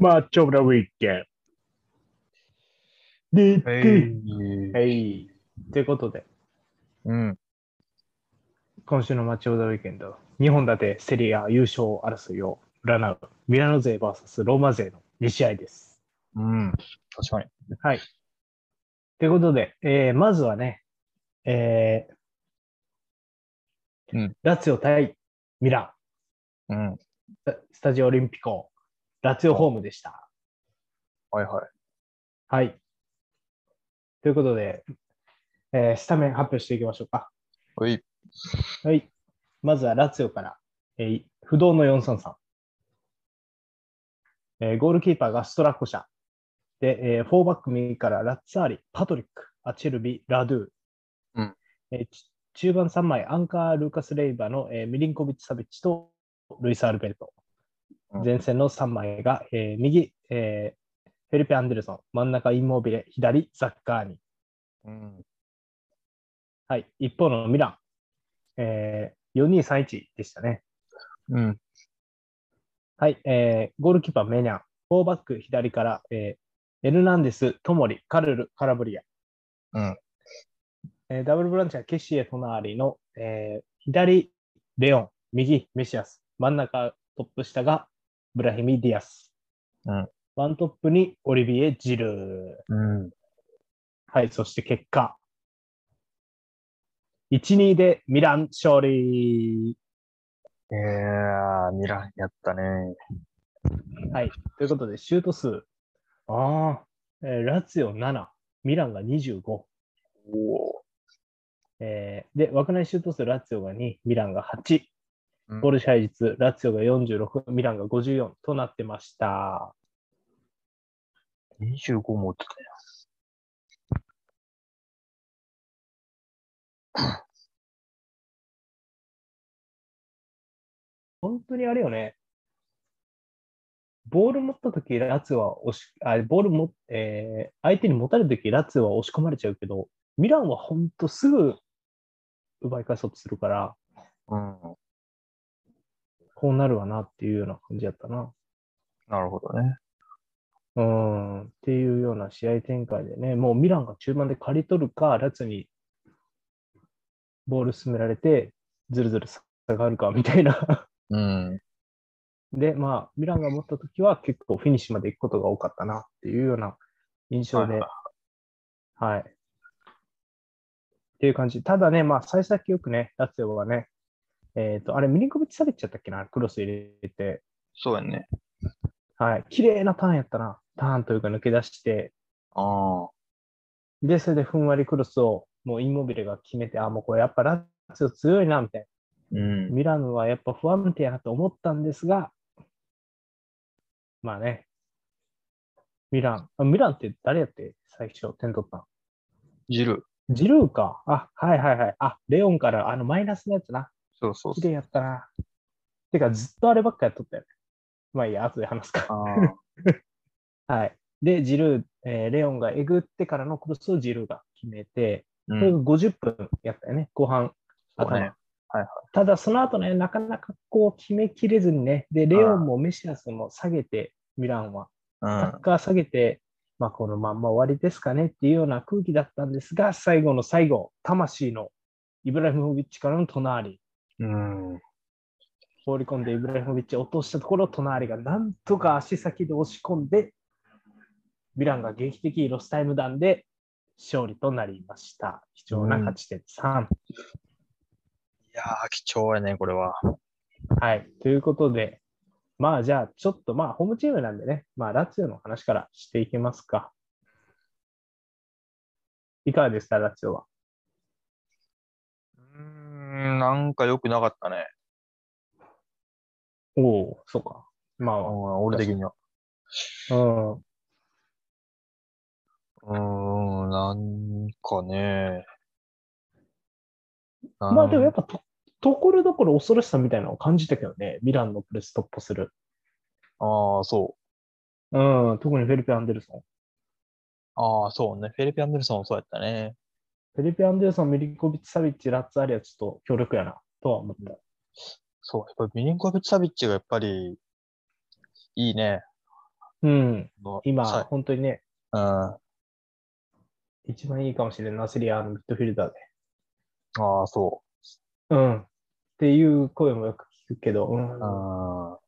Much of the weekend. で、で、い。はい。ということで、うん。今週のマッチオブザウィーケンド、2本立てセリア優勝争いを占う、ミラノ勢 VS ローマ勢の2試合です。うん。確かに。はい。ということで、えーまずはね、えーうんラツィオ対ミラうん。ン、スタジオオリンピコ、ラツィオホームでした。はいはい。はい。ということで、えースタメン発表していきましょうか。おい。はい。まずはラツィオから、えー不動の433。えーゴールキーパーがストラッコ社。で、えーフォーバック右からラッツァーリ、パトリック、アチェルビ、ラドゥ。うんえーち中盤3枚、アンカー、ルーカス・レイバーの、えーミリンコビッチ・サビッチとルイス・アルベルト。うん前線の3枚が、えー右、えーフェリペ・アンデルソン、真ん中、インモービレ、左、ザッカーニ。うん。はい。一方のミラン、えー、4231でしたね。うん。はい、えーゴールキーパー、メニャン、フォーバック、左から、えーエルナンデス、トモリ、カルル、カラブリア。うんえーダブルブランチはケシエ、トナーリの、えー左、レオン、右、メシアス、真ん中、トップ下がブラヒミ、ディアス。うんワントップにオリビエ、ジルー。うん。はい、そして結果。1-2でミラン勝利。いやー、ミランやったね。ということで、シュート数。ああ。えーラツィオ7、ミランが25。おお。えーで、枠内シュート数、ラツィオが2、ミランが8。うんゴール支配率、ラツィオが46、ミランが54となってました。 25持って本当にあれよね。ボール持ったとき、ラツィオは押し、あボールも、えー相手に持たれたとき、ラツィオは押し込まれちゃうけど、ミランは本当すぐ奪い返そうとするから、たよ。うん。こうなるわなっていうような感じやったな。なるほどね。うんっていうような試合展開でね、もうミランが中盤で刈り取るか、ラツにボール進められて、ずるずる下がるかみたいな。 うん。で、まあ、ミランが持ったときは結構フィニッシュまで行くことが多かったなっていうような印象で、はいは。はいっていう感じ。ただね、まあ、最先よくね、ラツィオはね、えっ、と、あれ、ミリンコビッチされちゃったっけな、クロス入れて。そうやね。はい。綺麗なターンやったな。ターンというか抜け出して、あで、それでふんわりクロスをもうインモビレが決めて、あ、もうこれやっぱラツィオ強いな、みたいー。うな。ん。ミラノはやっぱ不安定やなと思ったんですが、まあね、ミラン、あミランって誰やって最初点取ったのジル。ジルーか。あ、はいはいはい。あ、レオンからあのマイナスのやつな。そうそう綺そう。麗やったな。てかずっとあればっかやっとったよね。まあいいや、後で話すか。あはい。で、ジルー、えーレオンがえぐってからのクロスをジルーが決めて、ー。うこれがん。 50分やったよね、後半。そう頭ね。はいはいただ、その後ね、なかなかこう決めきれずにね、で、レオンもメシアスも下げて、ミランは、うサんッ。カー下げて、まあ、このまんま終わりですかねっていうような空気だったんですが、最後の最後、魂のイブラヒモビッチからの隣、うん。放り込んでイブラヒモビッチを落としたところ、隣がなんとか足先で押し込んで、ミランが劇的ロスタイム弾で勝利となりました。貴重な勝ち点3。いやー、貴重やね、これは。はい。ということで、まあじゃあ、ちょっとまあ、ホームチームなんでね、まあ、ラツィオの話からしていきますか。いかがでした、ラツィオは。うーん、なんか良くなかったね。おお、そうか。まうあ、うんん、俺的には。。うーん、なんかね。まあ、でもやっぱ。ぱと、ところどころ恐ろしさみたいなのを感じたけどね、ミランのプレス突破する。ああ、そう。うん、特にフェリペ・アンデルソン。ああ、そうね。フェリペ・アンデルソンもそうやったね。フェリペ・アンデルソン、ミリコビッチ・サビッチ、ラッツ・アリア、ちょっと強力やな、とは思った。そう、やっぱりミリンコビッチ・サビッチがやっぱりいいね。うん。の今、さ本当にね、うん。一番いいかもしれない。ナセリアのミッドフィルダーで。ああ、そうん。っていう声もよく聞くけど、うんう。あ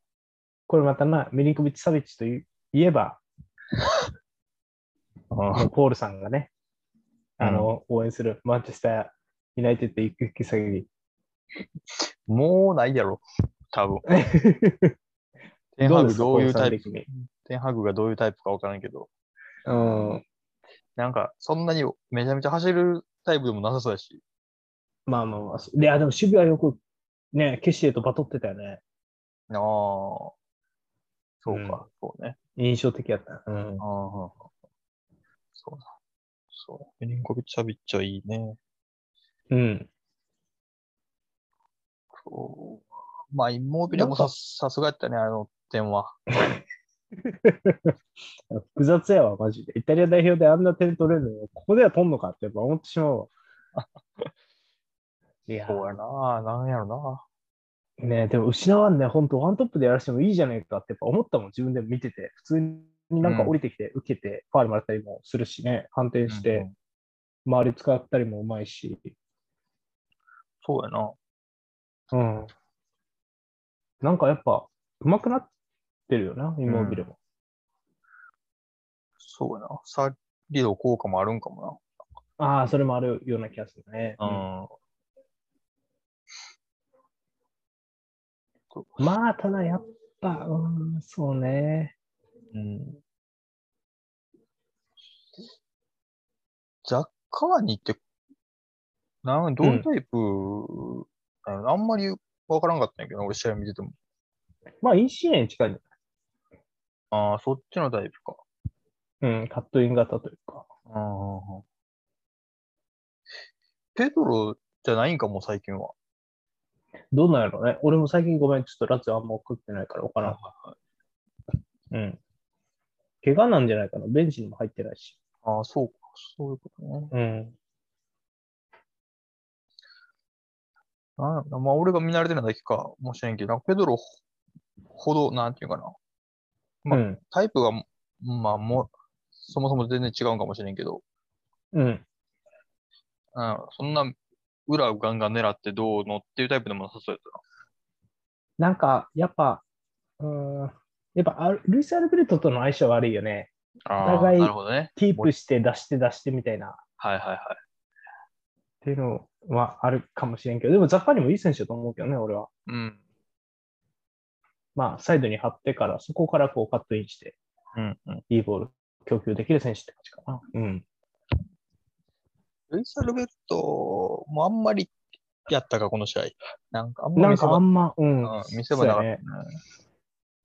これまたな、ミリンコビッチ・サビッチといいえば、あ。もうポールさんがね、あの、応援するマンチェスター・ユナイテッド行く引き下げに。もうないやろ。多分。テンどハうでグすかどういうタポーイルさプ、ん的にテンハグがどういうタイプかわからんけど、うん。なんか、そんなにめちゃめちゃ走るタイプでもなさそうやし、まあまあまあ。そで、あでも守備はよく、ね、ケシエとバトってたよね。ああ、そうか、うんそうね。印象的やった。うんあ。あ、そうだ。そう。ミリンコビッチャビッチはいいね。うん。そう。まあ、インモービルもささすがやったね、あの点は。複雑やわ、マジで。イタリア代表であんな点取れるのにここでは取んのかってやっぱ思ってしまうわ。いやそ、うやな、なんやろな。ねでも失わんね、本当ワントップでやらせてもいいじゃないかってやっぱ思ったもん、自分でも見てて。普通になんか降りてきて、受けて、ファールもらったりもするしね、反転しうんうて、ん周り使ったりもうまいし。そうやな。うん。なんかやっぱ、上手くなってるよな、インモービルも。そうやな。サッリの効果もあるんかもああ、それもあるような気がするね。な。うん。まあ、ただやっぱ、うん、そうね。うん。ザッカワニって、なんどういうタイプ、なのあんまりわからんかったんやけどな、俺試合見てても。まあ、インシエに近いんじああ、そっちのタイプか。ゃないうん、カットイン型というか。うん。ペドロじゃないんかも、最近は。どうなんやろうね。俺も最近ごめん、ちょっとラツィオあんま送ってないから分からん。うん。怪我なんじゃないかな。ベンチにも入ってないし。ああ、そうか。そういうことね。うん。なんやろなまあ、俺が見慣れてないだけかもしれんけど、なんかペドロほど、なんていうかな、まあうん。タイプが、まあ、もう、そもそも全然違うんかもしれんけど、うん。なんやろそんな裏をガンガン狙ってどうのっていうタイプでもなさそうやっなんか、やっぱ、うん、やっぱあ、ルイス・アルベルトとの相性悪いよね。たな。お互いあーなるほどね。キープして出して出してみたいな。っはいはいはい。ていうのはあるかもしれんけど、でもザッパーにもいい選手だと思うけどね、俺は。うん。まあ、サイドに張ってから、そこからこうカットインして、うん、うん。いいボール供給できる選手って感じかな。うん。ルイス・アルベルトもあんまりやったか、この試合。なんかあんまなりん見せかあ場,、んま、う。うんん、見せ場なかったね。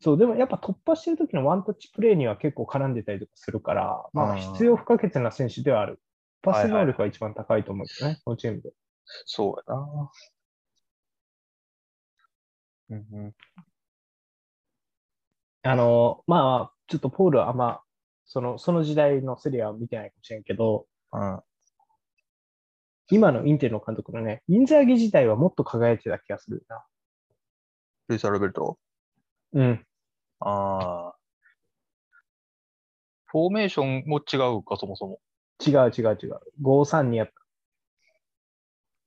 そう、でもやっぱ突破してる時のワンタッチプレーには結構絡んでたりとかするから、まうあん必要不可欠な選手ではある。パス能力は一番高いと思うけどね、このチームで。そうやな。うんうん、あの、まあ、ちょっとポールはあんま、その、その時代のセリアを見てないかもしれんけど、うん。今のインテルの監督のね、インザーギ自体はもっと輝いてた気がするな。ルイス・アルベルトうん。ああ。フォーメーションも違うか、そもそも。違う違う違う。5-3-2やっ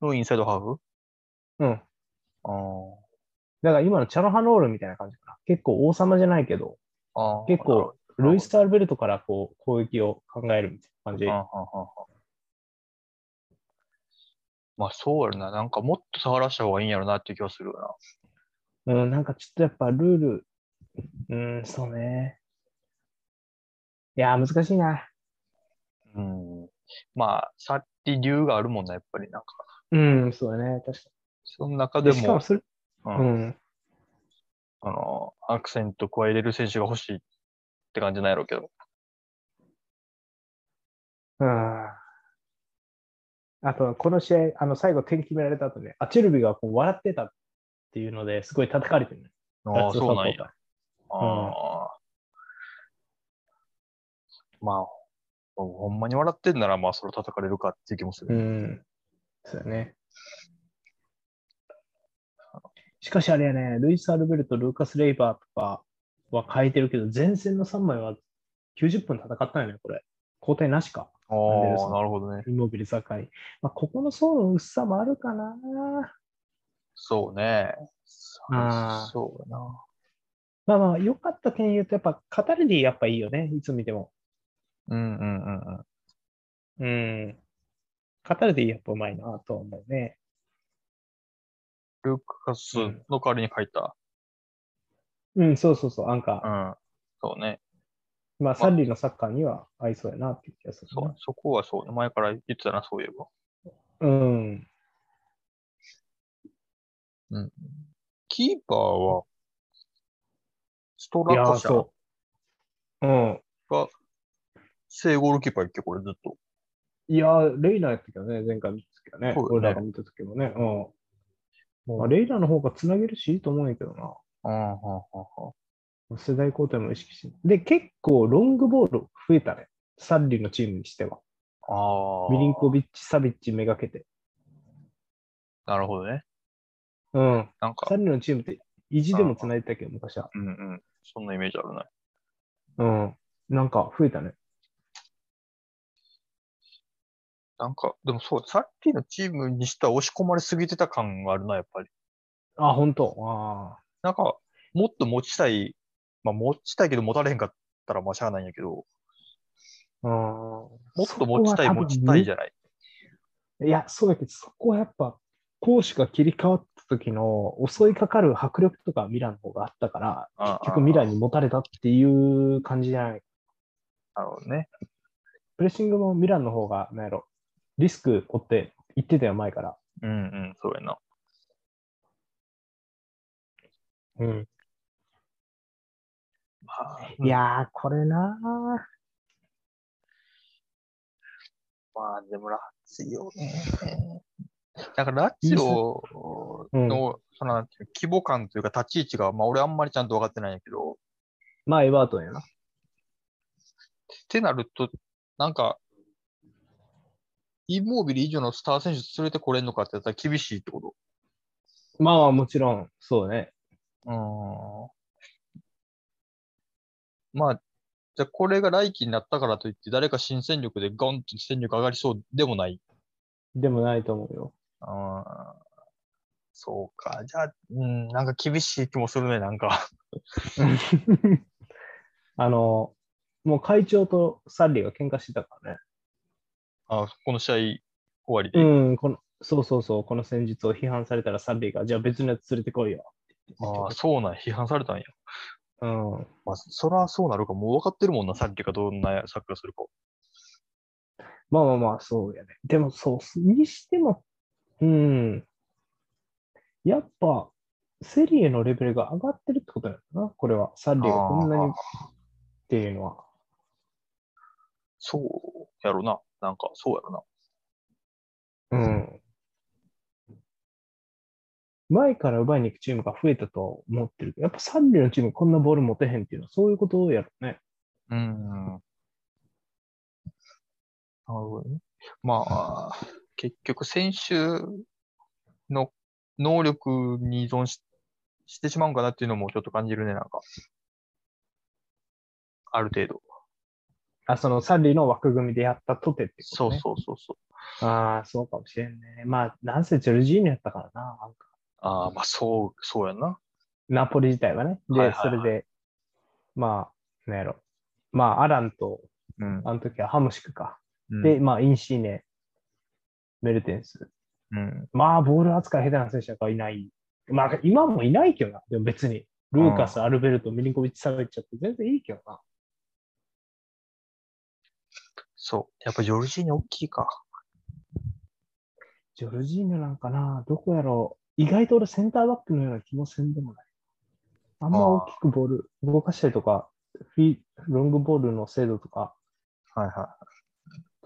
のインサイドハーフた。うん。あだから今のチャノハノールみたいな感じかな。結構王様じゃないけど、あ。結構、ルイス・アルベルトからこう攻撃を考えるみたいな感じ。ああああまあそうやろな。なんかもっと触らした方がいいんやろなっていう気がするよな。うん、なんかちょっとやっぱルール、うん、そうね。いやー、難しいな。うん。まあ、さっき理由があるもんな、やっぱり。なんか、うん、そうだね。確かその中に。ででも、しかもそれ、ううんん、あの、アクセント加えれる選手が欲しいって感じなんやろうけど。うん。あと、この試合、あの、最後点決められた後ね、アチェルビがこう笑ってたっていうのですごい叩かれてるね。ああ、ラツィオそうなんやサポー。タああ。まあ、ほほんまに笑ってんなら、まあ、それ叩かれるかっていう気もすー。る。うん。そうだね。しかしあれやね、ルイス・アルベルト、ルーカス・レイバーとか、は変えてるけど、前線の3枚は90分戦ったんよね、これ。交代なしか。ああアンデルソ、ンなるほどね。イモビル境。まあ、ここの層の薄さもあるかな。そうね。あーそうやな。まあまあ、良かった点言うと、やっぱカタルディやっぱいいよね、いつ見ても。うんうんうんううん。ん。カタルディやっぱうまいなとは思うね。ルカスの代わりに書いた。うん、そうそうそう、アンカうん。そうね。ー。まあ、サッリーのサッカーには合いそうやなっていう気がするそう、な。そこはそうね。前から言ってたな、そういえば。うん。キーパーは、ストいラやカー、シャそう。うん。が、正ゴールキーパーやっけ、これずっと。いやー、レイナーやったけどね、前回見た時はね、そうよね俺らが見た時もね、うん。まあ、レイナーの方がつなげるし、いいと思うんやけどな。うん、はんはんは世代交代も意識して。で、結構ロングボール増えたね。サッリーのチームにしては。ん。ああ。ミリンコビッチ、サビッチめがけて。なるほどね。うん。なんかサッ、リーのチームって意地でもつないでたけど、昔は。うんうん。そんなイメージあるな。うん。なんか増えたね。なんか、でもそう、さっきのチームにしたら押し込まれすぎてた感があるな、やっぱり。あ、本当あなんか、もっと持ちたい、まあ持ちたいけど持たれへんかったらまあしゃあないんやけど、もあ。もっと持ちたい持ちたいじゃない。いや、そうだけど、そこはやっぱ、攻守が切り替わった時の襲いかかる迫力とかはミランの方があったから、あ結局ミランに持たれたっていう感じじゃない。なるほどね。プレッシングもミランの方が、なんやろ、リスク負って言ってたよ、前から。うんうん、そうやな。うん。まあ、いやー、これなまあでもラッツィオね。だからラッツィオうんの、そのなんていうの規模感というか立ち位置が、まあ俺あんまりちゃんと分かってないんやけど、まあ、エバートンやな。ってなると、なんか、インモービル以上のスター選手連れてこれんのかってやったら厳しいってこと。まあまあ、もちろん、そうね。うん。まあ、じゃあこれが来季になったからといって、誰か新戦力でゴンって戦力上がりそうでもない。でもないと思うよ。うん。そうか。じゃあ、うん、なんか厳しい気もするね、なんか。 あの、もう会長とサッリーが喧嘩してたからね。あこの試合終わりで。うん、この、そうそうそう、この戦術を批判されたらサッリーが、じゃあ別のやつ連れてこいよ。ああ、そうなん、批判されたんや。うん。まあ、そらそうなるか、もう分かってるもんな、さっきがどんなサッカーするか。まあまあまあ、そうやね。でもそう、にしても、うん。やっぱ、セリエのレベルが上がってるってことだよな、これは。サッリーがこんなあにーっていうのは。そうやろな。なんか、そうやろな。うん。前から奪いに行くチームが増えたと思ってるけど、やっぱサッリーのチームこんなボール持てへんっていうのは、そういうことやろね。うん。なるほどね。まあ、結局、選手の能力に依存ししてしまうんかなっていうのもちょっと感じるね、なんか。ある程度。あ、そのサッリーの枠組みでやったとてってこと、ね。そうそうそうそう。ああ、そうかもしれんね。まあ、なんせジョルジーニョやったからな。なんかああ、まあ、そう、そうやな。ナポリ自体はね。で、はいはいはいそれで、まあ、なんやろ。まあ、アランと、うん。あの時はハムシクか。うんで、、まあ、インシーネ、メルテンス。うん。まあ、ボール扱い下手な選手がいない。まあ、今もいないけどな。でも別に。ルーカス、アルベルト、ミリンコビッチ、サビッチャって全然いいけどな。そう。やっぱジョルジーニ大きいか。ジョルジーニョなんかな、どこやろう。意外と俺センターバックのような気もせんでもない。あんま大きくボール動かしたりとか、フィロングボールの精度とかはいはっ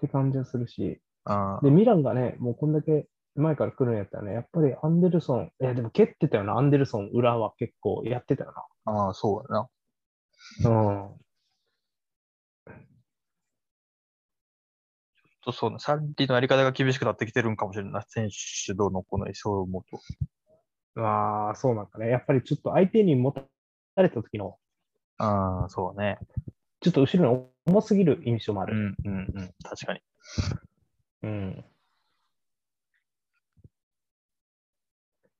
て感じがするし。い。あで、ミランがね、もうこんだけ前から来るんやったらね、やっぱりアンデルソン、いやでも蹴ってたよな、アンデルソン裏は結構やってたよあ、ああそうやな。な。うん。そうそうね。サッリーのやり方が厳しくなってきてるんかもしれんない。選手どうのこの、そう思うと。ああ、そうなんかね。やっぱりちょっと相手に持たれた時のああ、そうね。ちょっと後ろに重すぎる印象もあうる。んうんうん。確かに。うん。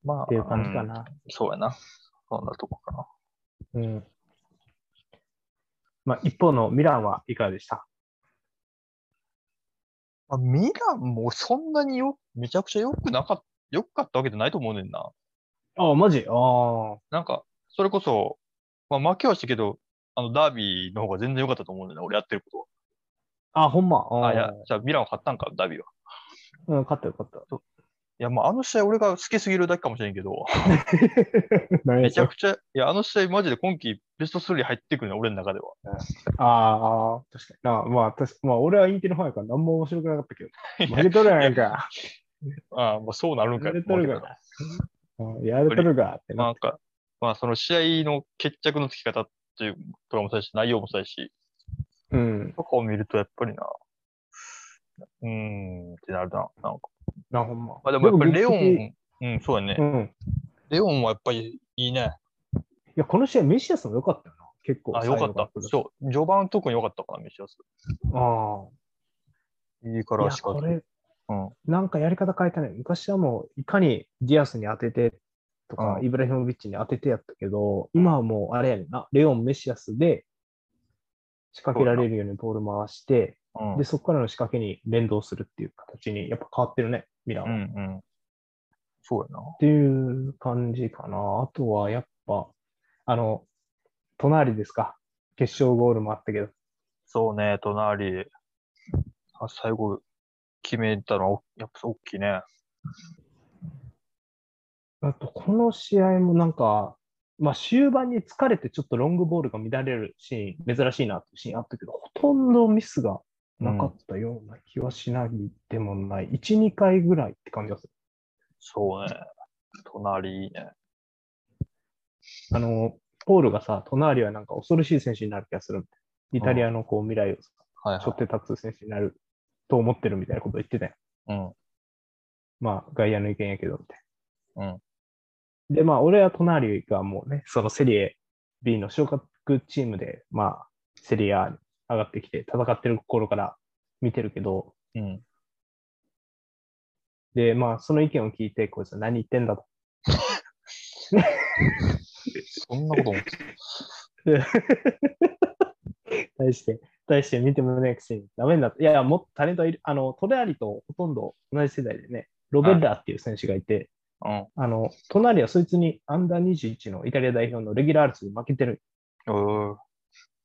まあ、っていう感じかうんな。そうやな。そんなとこかな。うん。まあ、一方のミランはいかがでしたまあ、ミランもそんなによ、めちゃくちゃ良くなかった、良かったわけじゃないと思うねんな。ああ、マジああ。なんか、それこそ、まあ負けはしたけど、あの、ダービーの方が全然良かったと思うねんな。俺やってるこあ、ほんま。とあは。ああ、いや、じゃあミランを買ったんか、ダービーは。うん、勝ったよ、勝っいや、まああの試合俺が好きすぎるだけかもしれんけど、 た。 めちゃくちゃ、いや、あの試合マジで今季ベスト3入ってくるね、俺の中では。ああ、確かにな。まあ、確かまあ、俺はインテリファンやから何も面白くなかったけど。負けとるやんか。ああ、まあそうなるんかやれとと思うるけどなが。うんやれとるがってななんか、まあその試合の決着のつき方っていうとかもそうやし、内容もそうやし、うん。とかを見るとやっぱりな、うーんってなるな。なんかな、ほんま。まあでもやっぱりレオ劇的ン、うん、そうやねう。ん。レオンはやっぱりいいね。いや、この試合、メシアスも良かったよな。結構。あ、よかった。う。そう。序盤特に良かったから、メシアス。あいいかあ。いらや、しかこれ、うんなんかやり方変えたね。昔はもう、いかにディアスに当ててとか、うんイブラヒモビッチに当ててやったけど、今はもう、あれやねんな。レオン、メシアスで仕掛けられるようにボール回して、うんで、そこからの仕掛けに連動するっていう形に、やっぱ変わってるね、ミランうは、っんうん。そうやな。ていう感じかな。あとは、やっぱ、あの、隣ですか。決勝ゴールもあったけど。そうね、隣。あ最後、決めたのは、やっぱ大きいね。あと、この試合もなんか、まあ、終盤に疲れてちょっとロングボールが乱れるシーン、珍しいなっていうシーンあったけど、ほとんどミスがなかったような気はしないでもない。1、2回ぐらいって感じがする。そうね。隣いいね。あの、ポールがさ、隣はなんか恐ろしい選手になる気がするみたいイタリアのこう未来をさはいはい背負って立つ選手になると思ってるみたいなこと言ってたよ。うん。まあ、外野の意見やけど、みたいな。うんで、まあ、俺は隣がもうね、そのセリエ B の昇格チームで、まあ、セリアに上がってきて戦ってる頃から見てるけど、うん。で、まあ、その意見を聞いて、こいつ何言ってんだと。そんなこと思ってた。対して、対して見てもねえくせにダメになった。いやいや、もっとタレントはいる。あの、トレアリとほとんど同じ世代でね、ロベッラっていう選手がいて、うん。あの、隣はそいつにアンダー21のイタリア代表のレギュラー争いに負けてる。うー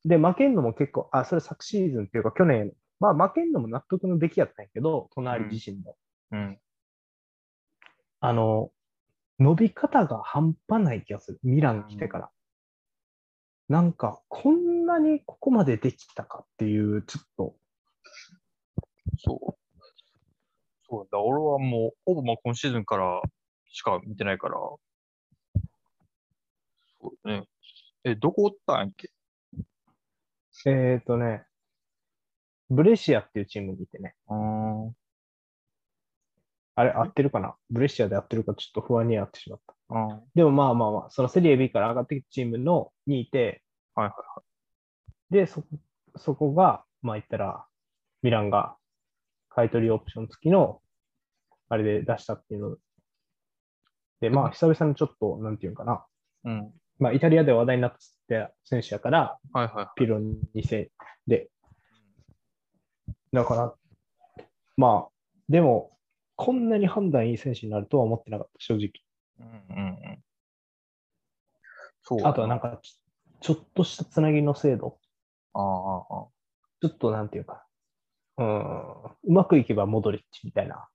で、負けんのも結構、あ、それ昨シーズンっていうか去年、まあ負けんのも納得の出来やったんやけど、隣自身も。うん。あの、伸び方が半端ない気がする。ミラン来てから。なんか、こんなにここまでできたかっていう、ちょっと、そう。そうだ、俺はもう、ほぼまあ今シーズンからしか見てないから。そうね。え、どこおったんやっけえっ、ー、とね、ブレシアっていうチームにいてね、うーん。うあれ合ってるかなブレシアで合ってるかちょっと不安になってしまった。ん。でもまあまあまあ、そのセリエ B から上がってきたチームのにいて、はいはいはで、そこそこが、まあ言ったら、ミランが買い取りオプション付きの、あれで出したっていうので、まあ久々にちょっと、なんていうんかな、うん。まあイタリアで話題になってた選手やから、はいはピロン2世で。だから、まあ、でも、こんなに判断いい選手になるとは思ってなかった、正直。い。うんうんうん。そうや。あとはなんかち、ちょっとしたつなぎの精度、ああ、ああああ、ちょっとなんていうか、うーん、うまくいけばモドリッチみたいな、あ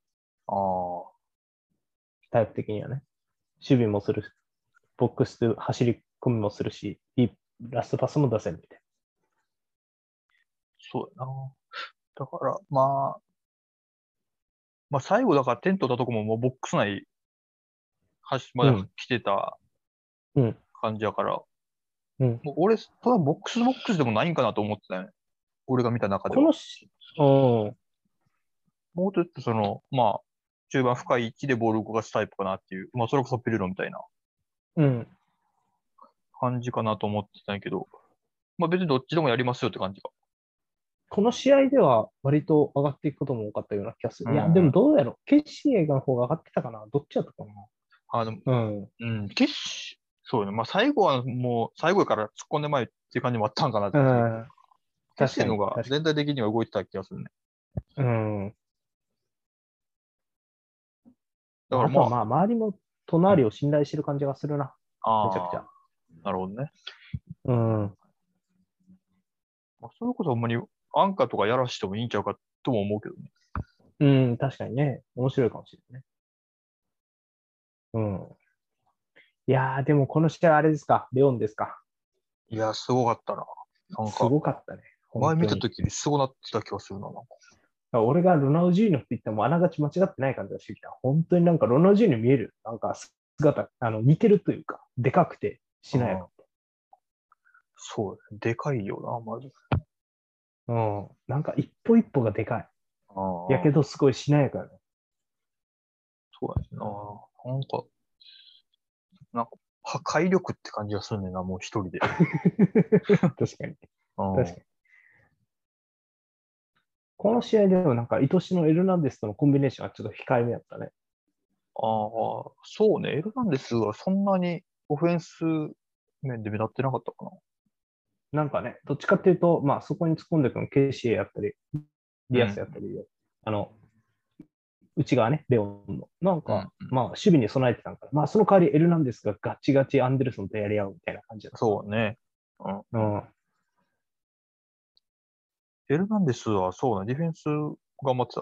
あ、タイプ的にはね。守備もするし、ボックス走り込みもするし、いいラストパスも出せるみたいそうやな。だから、まあ、まあ最後だからテントだとこももうボックス内、端まうでん来てたうん感じやから、な。うん、もう俺、それはボックスボックスでもないんかなと思ってたよね。俺が見た中でこは。のし、うん、もうちょっとその、まあ、中盤深い位置でボールを動かすタイプかなっていう、まあそれこそピルロみたいなうん、感じかなと思ってたんやけど、まあ別にどっちでもやりますよって感じが。この試合では割と上がっていくことも多かったような気がする。いや、うんでもどうやろう。ケシエの方が上がってたかなどっちだったかあの、なうん。うん、決し、そうよね。まあ最後はもう、最後やから突っ込んで前っていう感じもあったんかなって。うん。決してのが確か全体的には動いてた気がするね。にうん。だからあとまはあ、まあ、周りも隣を信頼してる感じがするな。あめちゃくちゃゃ。なるほどね。うん。まあ、それこそほんまにアンカーとかやらしてもいいんちゃうかとも思うけどね。うん、確かにね。面白いかもしれないね。うん。いやー、でもこの試合あれですかレオンですかいや、すごかったな。なんすか、ごかったね。前見た本当に時にすごなってた気がするな。なんか俺がロナウジーニョって言ってもあながち間違ってない感じがしてきた。本当になんかロナウジーニョ見える。なんか姿、あの似てるというか、でかくて、しなやか。そう、でかいよな、まず。うん。なんか一歩一歩がでかい。やけど。どすごいしなやかだね。 そうやな。なんか、なんか、破壊力って感じがするねんな、もう一人で。確かに。うん確かに。この試合でもなんか、愛しのエルナンデスとのコンビネーションはちょっと控えめだったね。ああ、そうね、エルナンデスはそんなにオフェンス面で目立ってなかったかな。なんかね、どっちかっていうと、まあ、そこに突っ込んでくるのケイシエやったり、ディアスやったりで、あの、内側ね、レオンの。なんか、うんうんまあ、守備に備えてたんから、まあ、その代わりエルナンデスがガチガチアンデルソンとやり合うみたいな感じだっそうね。た。うん。エルナンデスはそうね、ディフェンス頑張ってた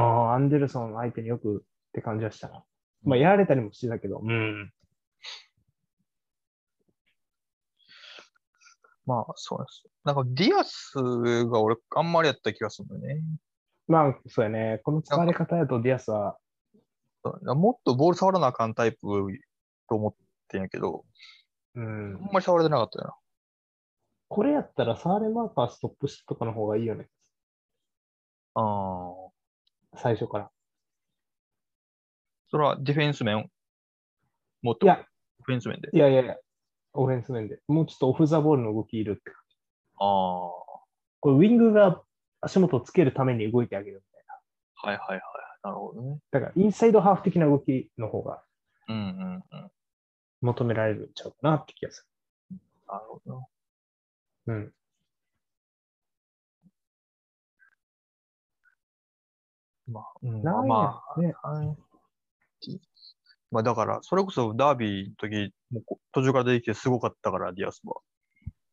あな。あ、アンデルソン相手によくって感じはしたな。まあ、やられたりもしてたけど、うん。まあ、そうです。なんかディアスが俺、あんまりやった気がするんだよね。まあ、そうやね。この使われ方やとディアスは、だからもっとボール触らなあかんタイプと思ってんやけど、うんあんまり触れてなかったよな。これやったらサーレマーカーストップしてとかの方がいいよね。ああ。最初から。それはディフェンス面もっといオやフェンス面で。いやいやいや、オフェンス面で。もうちょっとオフザボールの動きいるって。ああ。はこれウィングが足元をつけるために動いてあげるみいはいはい。なるほどね。たいな。だからインサイドハーフ的な動きの方がうんうんうん。なる求められるんちゃうかなって気がすほどな。る。うん。まあ、うん、なんやまね。あ、はいまあだから、それこそダービーの時、もうこ途中から出てきてすごかったから、ディアスは。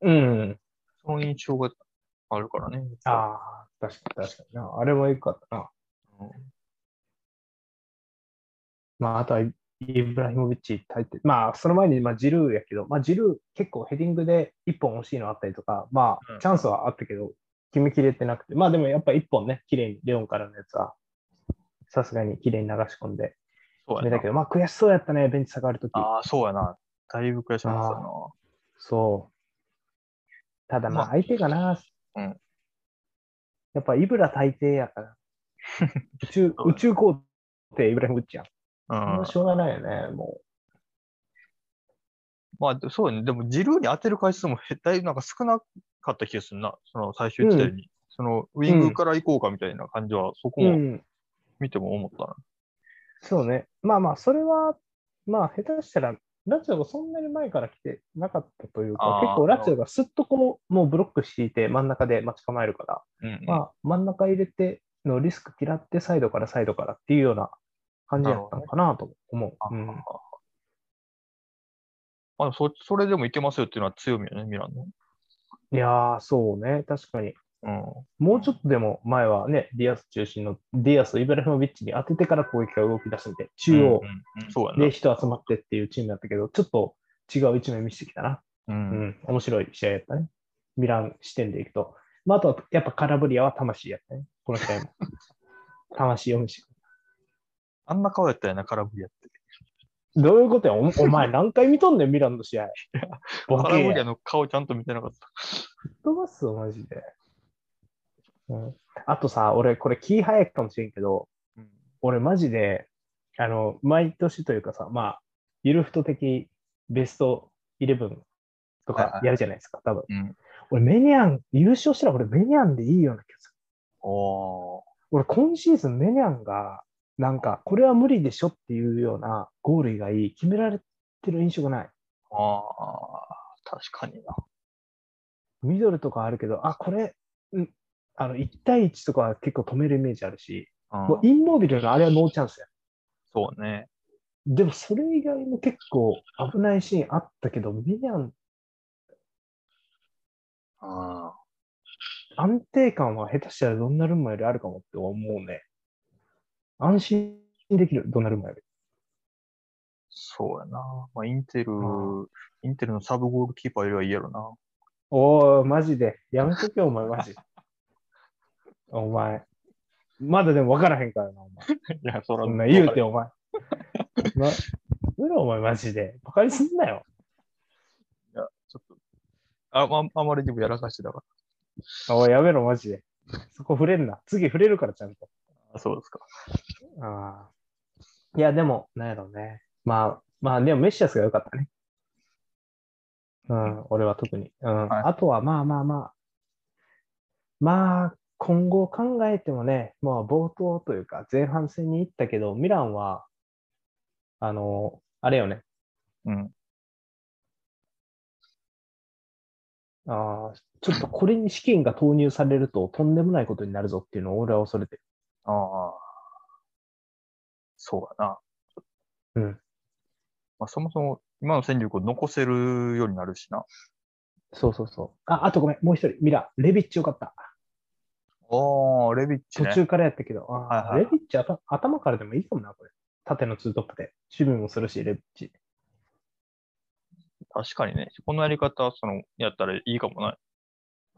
うん。その印象があるからね。ああ、確かに確かにな。あれもよかったな。うんまあ、あとはイブラヒモビッチ入って、まあ、その前にまあジルーやけど、まあ、ジルー結構ヘディングで1本惜しいのあったりとか、まうあ、んチャンスはあったけど、決めきれてなくて、まあでもやっぱ1本ね、綺麗にレオンからのやつは、さすがに綺麗に流し込んで、そ決うやめなたけど、まあ悔しそうやったね、ベンチ下がるとき。ああ、そうやな。だいぶ悔しかったな。そう。ただまあまあ相手がな、うんやっぱイブラ大抵や から。宇宙そうだね宇宙皇帝イブラヒム・ブッチやん。うんもう、しょうがないよね、も。まあ、でそうやね。でも、ジルーに当てる回数も減ったり、なんか少なかった気がするな。その最終時代に。その、ウィングから行こうかみたいな感じは、そうこもん。見ても思ったな。そうね。まあまあ、それは、まあ下手したら、ラチオがそんなに前から来てなかったというかあ、ー結構ラチオがすっとこう、もうブロック敷いて真ん中で待ち構えるから、うんうんまあ真ん中入れてのリスク嫌ってサイドからサイドからっていうような感じだったのかなと思あう。うんまあ、でもそそれでもいけますよっていうのは強みよね、ミランの。いやー、そうね、確かに。うん。もうちょっとでも前はね、ディアス中心のディアスをイブラヒモビッチに当ててから攻撃が動き出すんで、中央うんうんそうやでね。人集まってっていうチームだったけど、ちょっと違う一面見せてきたな。う。うんん、面白い試合だったね。ミラン視点でいくと。まあ、あとはやっぱカラブリアは魂やったね、この試 合も。魂読むし。あんな顔やったよな、空振りやって。どういうことやおお前何回見とんねん、ミランの試 合。ボ空ケ振りやや。の顔ちゃんと見てなかった。吹っ飛ばすぞ、マジで。うん、あとさ、俺、これ気早いかもしれんけど、うん俺マジで、あの、毎年というかさ、まあ、ゆるふと的ベストイレブンとはいかはいやるじゃないですか、多分。うん。俺、メニャン、優勝したら俺、メニャンでいいような気がする。おー。俺、今シーズン、メニャンが、なんか、これは無理でしょっていうようなゴール以外、決められてる印象がない。あー。確かにな。ミドルとかあるけど、あ、これ、うん、あの、1対1とかは結構止めるイメージあるし、うんもう、インモービルのあれはノーチャンスや。そうね。でも、それ以外も結構危ないシーンあったけど、メニャン、あ安定感は下手したらドンナルンマよりあるかもって思うね。安心できる、ドンナルンマより。そうやな。まあ、インテル、うインテルのサブゴールキーパーよりはいいやろな。おー、マジで。やめとけ、お前、マジ。 お前。まだでも分からへんからな、お前。 いや、そらそんな言うて、お前。な、うら、お前、マジで。バカにすんなよ。ちょっと。あ、まあ、あまりにもやらかしてたかおい、やめろ、マジで。そこ触れんな。次触れるから、ちゃんと。ら。そうですか。ああ。いや、でも、なんやろうね。まあ、まあ、でも、メッシアスが良かったね。うん、俺は特に。うん。はいあとは、まあまあまあ。まあ、今後考えてもね、まあ、冒頭というか、前半戦に行ったけど、ミランは、あの、あれよね。うん。ああ、ちょっとこれに資金が投入されると、とんでもないことになるぞっていうのを俺は恐れてる。ああ。そうやな。うん。まあ、そもそも、今の戦力を残せるようになるしな。そうそうそう。あ、あとごめん、もう一人、ミラン、レビッチよかった。おー、レビッチ途ね。中からやったけど、あーはいはいレビッチ頭頭からでもいいかもな、これ。縦のツートップで。守備もするし、レビッチ。確かにね。このやり方、その、やったらいいかもな。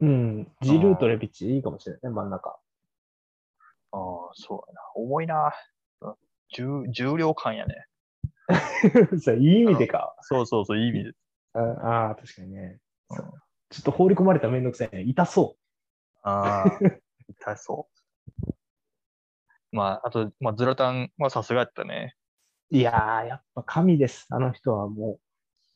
うん。ジルーとレビッチいいかもしれないね、真ん中。 ああ、そうやな。重いな。うん重重量感やね。そういい意味でか。そうそうそう、いい意味で。ああー、確かにね。そうちょっと放り込まれたらめんどくさいね。痛そああ、 痛そう。まあ、あと、まあ、ズラタンはさすがやったね。う。いやー、やっぱ神です。あの人はも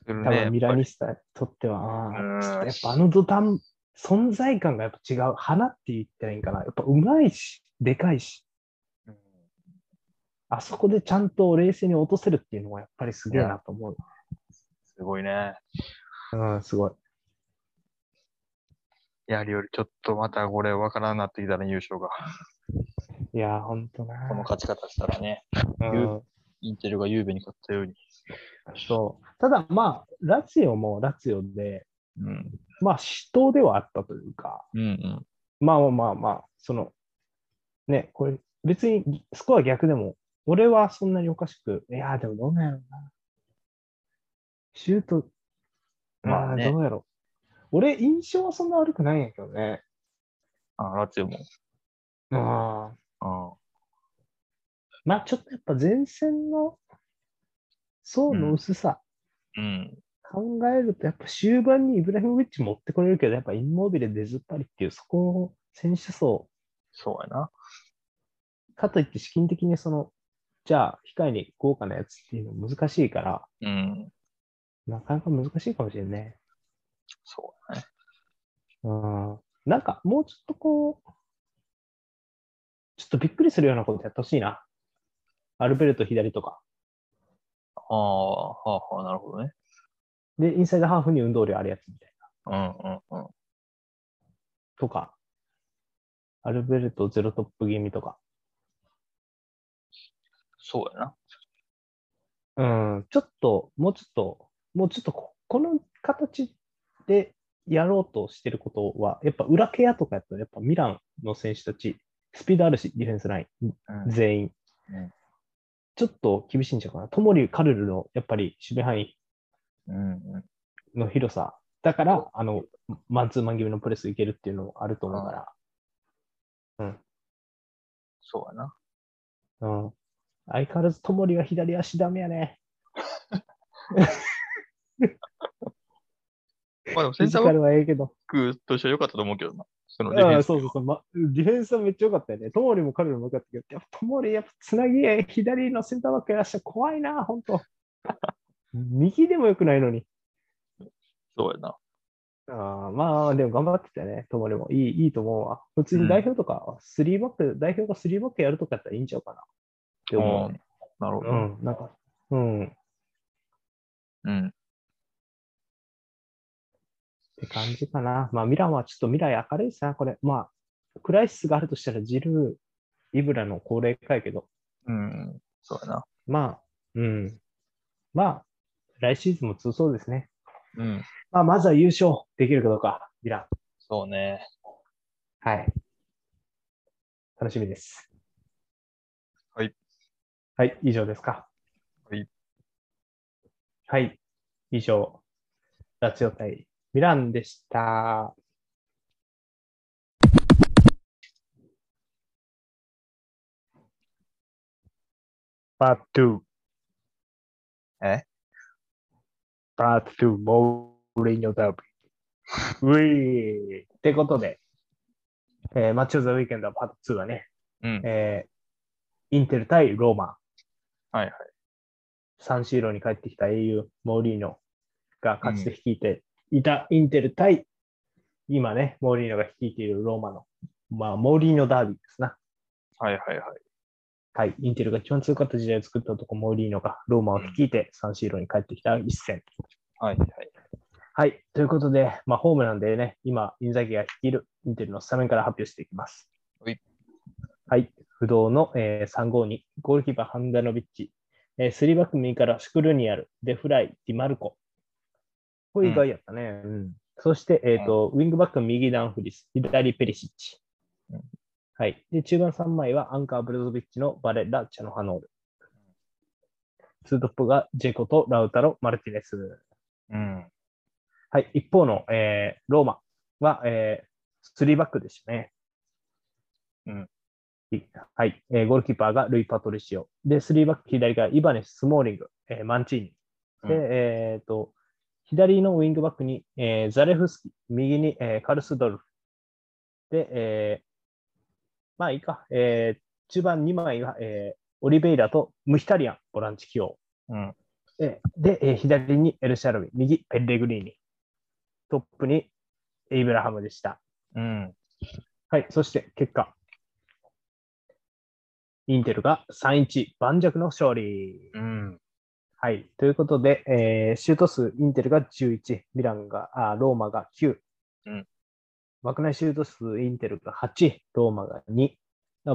多う、多分ミラニスタにとっては、あうんーちょっとやっぱあの土壇、存在感がやっぱ違う。花って言ったらいいんかな。やっぱうまいし、でかいし、あそこでちゃんと冷静に落とせるっていうのはやっぱりすごいなと思う。すごいね。うん、すごい。やるよりちょっとまたこれ分からんなってきたね、優勝が。いやー、ほんとなこの勝ち方したらね、うんインテルがユーベに勝ったように。そう。ただ、まあ、ラツィオもラツィオで、うん。まあ、死闘ではあったというか、うんうん。まあまあまあまあ、その、ね、これ、別にスコア逆でも、俺はそんなにおかしく、いやー、でもどうなんやろうな。シュート、ままああ、ねどうやろう。俺、印象はそんな悪くないんやけどね。あラツィオも。ああ。あまあ、ちょっとやっぱ前線の層の薄さ、うん。考えると、やっぱ終盤にイブラヒモビッチ持ってこれるけど、やっぱインモービル出ずっぱりっていう、そこを選手層、そうやな。かといって資金的にその、じゃあ、控えに豪華なやつっていうの難しいから、うん。なかなか難しいかもしれないね。そうやね。うん。なんか、もうちょっとこう、ちょっとびっくりするようなことやってほしいな。アルベルト左とか。ああ、はあはあ、なるほどね。で、インサイドハーフに運動量あるやつみたいな。うんうんうん。とか。アルベルトゼロトップ気味とか。そうやな。うん、ちょっと、もうちょっと、もうちょっとこ、この形でやろうとしてることは、やっぱ裏ケアとかやったら、やっぱミランの選手たち、スピードあるし、ディフェンスライン、うん全員うん。ちょっと厳しいんじゃないかな。トモリ、カルルの、やっぱり守備範囲うんうん。の広さ。だから、あの、マンツーマン気味のプレスいけるっていうのもあると思うから。そうやな。うん。相変わらず、トモリは左足ダメやね。まあでも、フィセンジターカバッルはええけど。クとしては良かったと思うけどな。そのレビあュあーそうそうそう、ま。ディフェンスはめっちゃ良かったよね。トモリも彼らも良かったけど、やっぱトモリ、やっぱつなぎ、左のセンターバックやらして 怖いな、本当右でも良くないのに。そうやな。あーまあ、でも頑張ってたよね、ともにも。いい、いいと思うわ。普通に代表とか、スリーバック、代表がスリーバックやるとかやったらいいんちゃうかな。って思うね。なるほど。うん、なんか、うん、っうん。て感じかな。まあ、ミランはちょっと未来明るいですな、これ。まあ、クライシスがあるとしたら、ジルー、イブラの高齢化やけど、うん。そうやな。まあ、うん。まあ、来シーズンも強そうですね。うん。まあ、まずは優勝できるかどうか、ミラン。そうね。はい。楽しみです。はい。はい、以上ですか。はい。はい、以上、ラチオ対ミランでした。パート2。えパート2、モーリーニョダービー。ウィーってことで、えーマッチオブザウィーケンドはパート2はね、うん。えーインテル対ローマ。はいはい。サンシーロに帰ってきた英雄、モーリーノがかつて率いていたインテル対、今ね、モーリーノが率いているローマの、まあ、モーリーノダービーですな。はいはいはい。はい、インテルが一番強かった時代を作ったとこ、モーリーノがローマを率いてサンシーロに帰ってきた一戦。はいはい。はい、ということで、まあ、ホームなんでね、今、インザギが率いるインテルのスタメンから発表していきます。はい。はい、不動の、えー、352、ゴールキーパー、ハンダノビッチ、えー、3バック右からシュクルニアル、デフライ、ディマルコ。これ意外やったね。うん。そして、えっ、と、ウィングバック右ダンフリス、左ペリシッチ。うんはい。で、中盤3枚はアンカー、ブレゾビッチのバレラ、チャノハノール。ツートップがジェコとラウタロ、マルティネス。うん。はい、一方の、えーローマは、えー、3バックでしたね。うん。はい、えーゴールキーパーがルイ・パトリシオ。で、3バック左がイバネス、スモーリング、えーマンチーニ。で、うんえーと、左のウィングバックに、えーザレフスキ、右に、えーカルスドルフ。で、えーまあいいか、えー中盤2枚は、えーオリベイラとムヒタリアン、ボランチ起用。うん。えーで、えー左にエルシャラビ、右ペッレグリーニ、トップにエイブラハムでした。うん。はい、そして結果。インテルが3-1、盤石の勝利。うん。はい、ということで、えーシュート数、インテルが11、ミランが、あローマが9、うん枠内シュート数、インテルが8、ローマが2、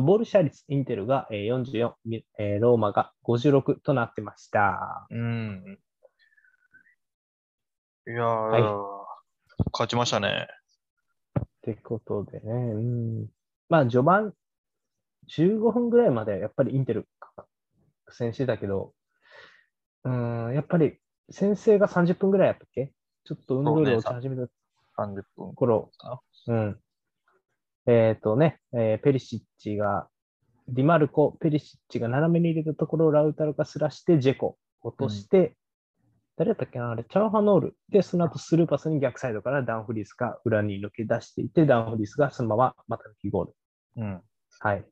ボールシャ率、インテルがえー44、みえーローマが56となってました。うん。いやー、い勝ちましたね。ってことでね、うん、まあ序盤15分ぐらいまでやっぱりインテル苦戦してたけど、うん、やっぱり先生が30分ぐらいやったっけちょっと運動量落ち始めた30分。頃、うん。えっ、とね、えーペリシッチが、ディマルコ、ペリシッチが斜めに入れたところをラウタロがすらして、ジェコ落として、誰だったっけなあれ、チャンハノール。で、その後スルーパスに逆サイドからダンフリースが裏に抜け出していて、ダンフリースがそのまままた抜きゴール。うん。はい。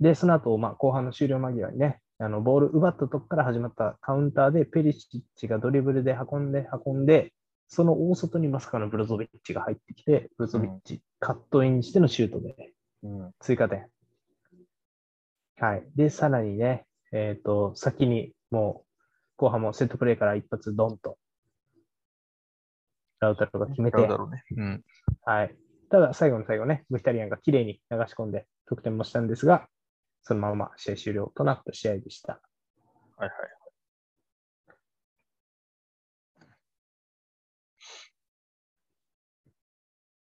で、その後、まあ、後半の終了間際にね、あのボール奪ったとこから始まったカウンターで、ペリシッチがドリブルで運んで、運んで、その大外にまさかのブロゾビッチが入ってきて、ブロゾビッチ、カットインしてのシュートでうん。追加点。はい。で、さらにね、えっ、と、先にもう、後半もセットプレーから一発ドンと、ラウタロが決めて、誰だろうね。うん。はい。ただ、最後の最後ね、ムヒタリアンが綺麗に流し込んで、得点もしたんですが、そのまま試合終了となった試合でした。はいはい。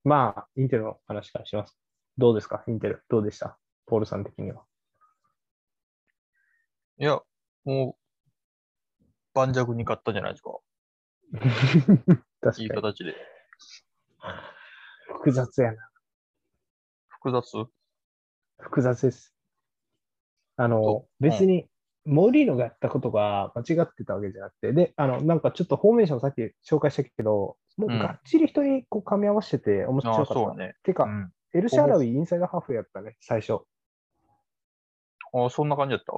まあ、インテルの話からします。どうですか、インテル。どうでしたポールさん的に は。いや、もう、盤石に勝ったんじゃないですか。い確いかに。形で。複雑やな。複雑複雑です。あのそ、う別に、モーリーノがやったことが間違ってたわけじゃなくて、で、あの、なんかちょっとフォーメーションさっき紹介したけど、もううんがっちり人にこう噛み合わせてて面白ああ、かった。そうね。てうか、ん。エルシャラウィインサイドハーフやったね、最初。ああ、そんな感じだった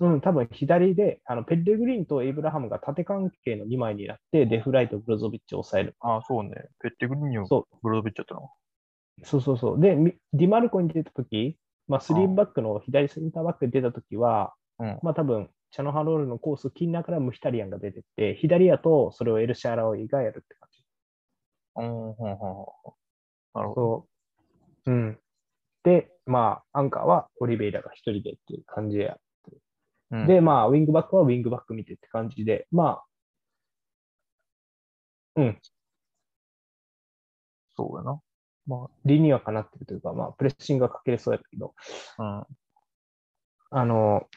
うん、多分左で、あのペッレグリーンとエイブラハムが縦関係の2枚になって、デフライとブロゾビッチを抑える。ああ、そうね。ペッテグリーニをそブロドビッチだったの。うそうそうそう。で、みディマルコに出たとき、まあ、うん3バックの左センターバックに出たときは、うんまあ多分、チャノハロールのコースを切りながらムヒタリアンが出てって、左やとそれをエルシャーラオイがやるって感じ。うん、ほんほんほんほん。なるほど。そう。うん。で、まあ、アンカーはオリベイラが一人でっていう感じや。うん、で、まあ、ウィングバックはウィングバック見てって感じで、まあ、うん、そうやな。理にはかなってるというか、まあ、プレッシングがかけれそうやけど、うん。あの、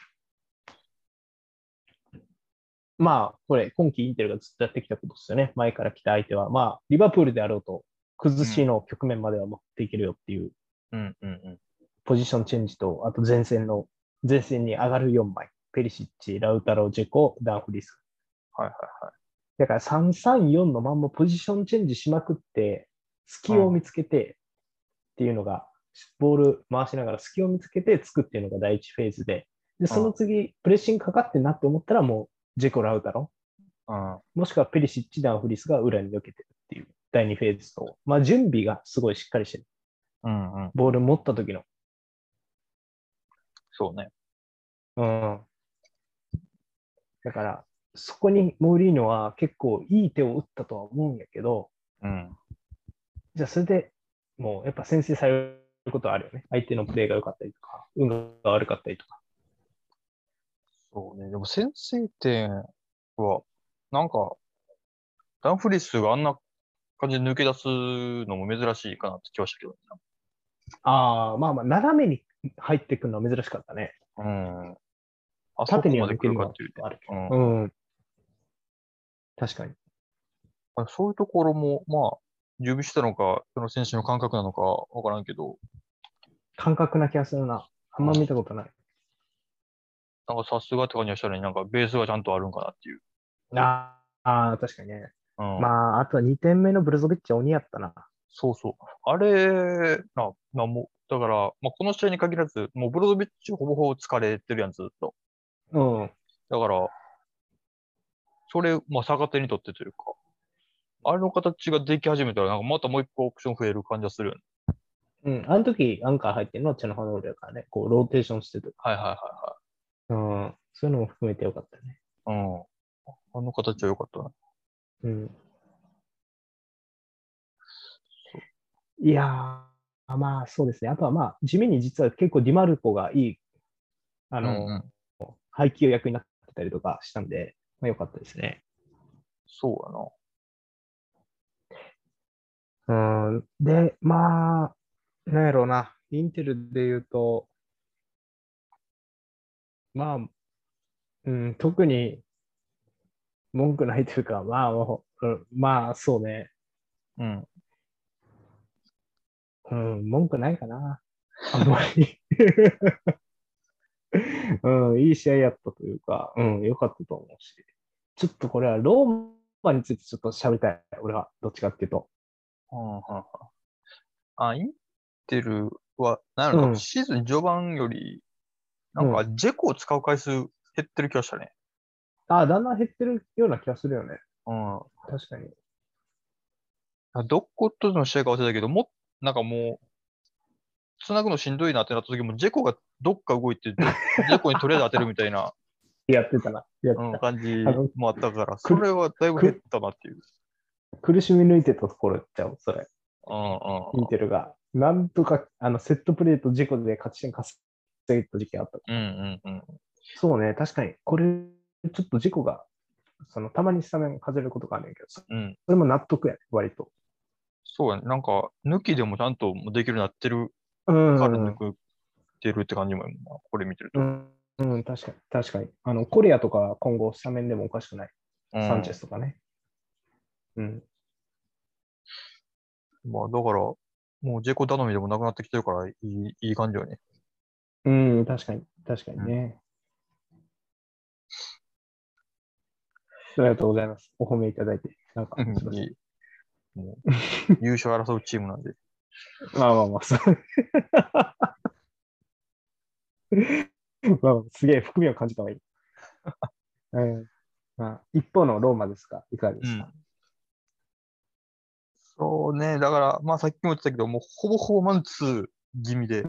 まあ、これ、今季インテルがずっとやってきたことですよね。前から来た相手は、まあ、リバプールであろうと、崩しの局面までは持っていけるよっていううん、うん、うん。ポジションチェンジと、あと前線の、前線に上がる4枚。ペリシッチ、ラウタロ、ジェコ、ダンフリース。はいはいはい。だから334のまんまポジションチェンジしまくって、隙を見つけてっていうのが、ボール回しながら隙を見つけてつくっていうのが第一フェーズで、で、その次、プレッシングかかってんなって思ったらもう、ジェコラウタロ、うん。もしくはペリシッチ、ダンフリスが裏に避けてるっていう第二フェーズと、まあ準備がすごいしっかりしてる。うん、うん。ボール持った時の。そうね。うん。だから、そこにモーリーノは結構いい手を打ったとは思うんやけど、うん。じゃあ、それでもうやっぱ先制されることはあるよね。相手のプレーが良かったりとか、運が悪かったりとか。そうね。でも先制点は、なんか、ダンフリスがあんな感じで抜け出すのも珍しいかなって気はしたけどね。ああ、まあまあ、斜めに入ってくるのは珍しかったね。うん。あそ縦こにまはで抜来けるるのかはっていうちょっとあるけと。うんど。うん。確かに。あそういうところも、まあ、準備したのか、その選手の感覚なのかわからんけど、感覚な気がするな。あんま見たことない。なんかさすがって感じがしたのに、なんかベースがちゃんとあるんかなっていう。ああー、確かにね。うん。まあ、あとは2点目のブルゾビッチは鬼やったな。そうそう。あれ、な、なもう、だから、まあ、この試合に限らず、もうブロドビッチほぼほぼ疲れてるやん、ずっと。うん。だから、それ、まあ、逆手にとってというか、あれの形ができ始めたら、なんかまたもう一個オプション増える感じがするよね。うん。あの時、アンカー入ってるのはチェノハノールやからね。こう、ローテーションしてる。はいはいうん。そういうのも含めてよかったね。はいはい。うん。あの形は良かったな。うんいやー、まあそうですね。あとはまあ、地味に実は結構ディマルコがいい、ああの、配給役になってたりとかしたんで、まあ良かったですね。そうやな。うん。で、まあ、なんやろうな。インテルで言うと、まあ、うん、特に文句ないというか、まあ、もううんまあ、そうね。うん。うん、文句ないかな。あんまり。 うん、いい試合やったというか、うん、良かったと思うし。ちょっとこれはローマについてちょっと喋りたい。俺は、どっちかっていうと。うんうんうんあ、インテルは、なんやろうんシーズン序盤より、なんか、ジェコを使う回数減ってる気がしたね。ああ、だんだん減ってるような気がするよね。うん。確かに。どことの試合か忘れたけど、もっ、なんかもう、繋ぐのしんどいなってなった時も、ジェコがどっか動い て、ジェコにとりあえず当てるみたいな、やってたな。やってうん、た。感じあのもあったから、くそれはだいぶ減ったなっていう。苦しみ抜いてたところちゃう、それ。うんインテルが。なんとか、あの、セットプレーと事故で勝ち点稼いだ時期があった。うん。うんうんうん。そうね、確かに。これ、ちょっと事故が、その、たまにスタメン外れることがあるんやけど、そうん。れも納得やね、割と。そうやね。なんか、抜きでもちゃんとできるようになってるうんから抜くってるって感じもあるな、これ見てると。うん、うん、確かに、確かに。あの、コレアとか今後スタメンでもおかしくない。サンチェスとかね。うん。うんまあ、だから、もうジェコ頼みでもなくなってきてるから、いいいい感じよね。うん、確かに、確かにね。ありがとうございます。お褒めいただいて。なんか、すいませんいいも う優勝争うチームなんで。まあまあまあ、そう。まあすげえ含みを感じた方 がいい。うんまあ、一方のローマですが、いかがでうすんか、。そうね、だから、まあさっきも言ってたけど、もうほぼほぼマンツー気味で、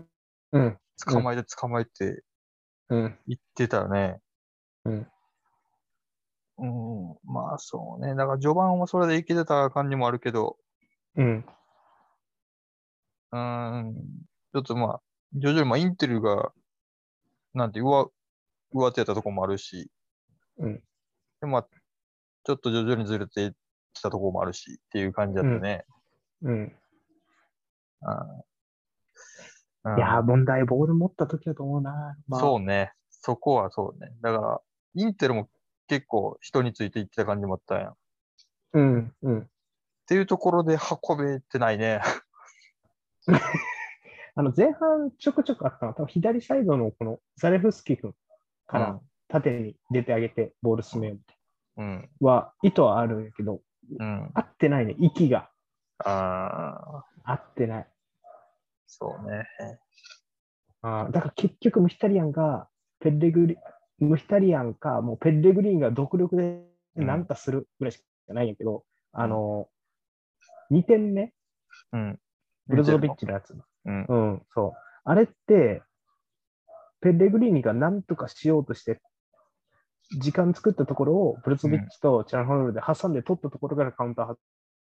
うん、捕まえて捕まえてうん、いってたよね。うん。うん、まあそうね、だから序盤はそれでいけてた感じもあるけど、うん、うーん、ちょっとまあ、徐々にまあインテルが、なんて、上、上手やったとこもあるし、うん。で、まあ、ちょっと徐々にずれてきたとこもあるしっていう感じだったね。うん。うんいやー、問題、ボール持った時だと思うな。まあ、そうね。そこはそうね。だから、インテルも結構人についていってた感じもあったんやん。っう。うん、うん。ていうところで運べてないね。 あの前半ちょくちょくあったのは、多分左サイドのこのザレフスキ君から縦に出てあげてボール進めようみたいうん。なは、意図はあるんやけど、うん。合ってないね、息がああ、合ってない。そうね。あだから結局、ムヒタリアンが、ペッレグリ、ムヒタリアンか、もうペッレグリーンが独力でなんかするぐらいしかないんやけど、あの、2点目、うん。ブルゾビッチのやつ。うん。うん、そう。あれって、ペレグリーニが何とかしようとして、時間作ったところをブルツビッチとチャンホールで挟んで取ったところからカウンター発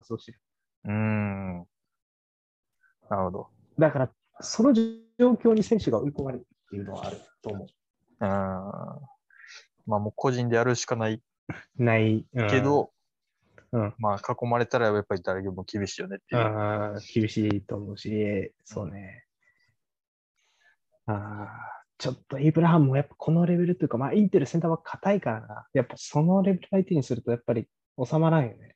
動してる。うーん。なるほど。だから、その状況に選手が追い込まれるっていうのはあると思。うーん。まあもう個人でやるしかないうないけ、ど、うんまあ囲まれたらやっぱり誰でも厳しいよねってういんう。あー厳しいと思うし、そうね。ああ。ちょっとイブラハムもやっぱこのレベルというか、まあ、インテルセンターは硬いからな。やっぱそのレベル相手にすると、やっぱり収まらんよね。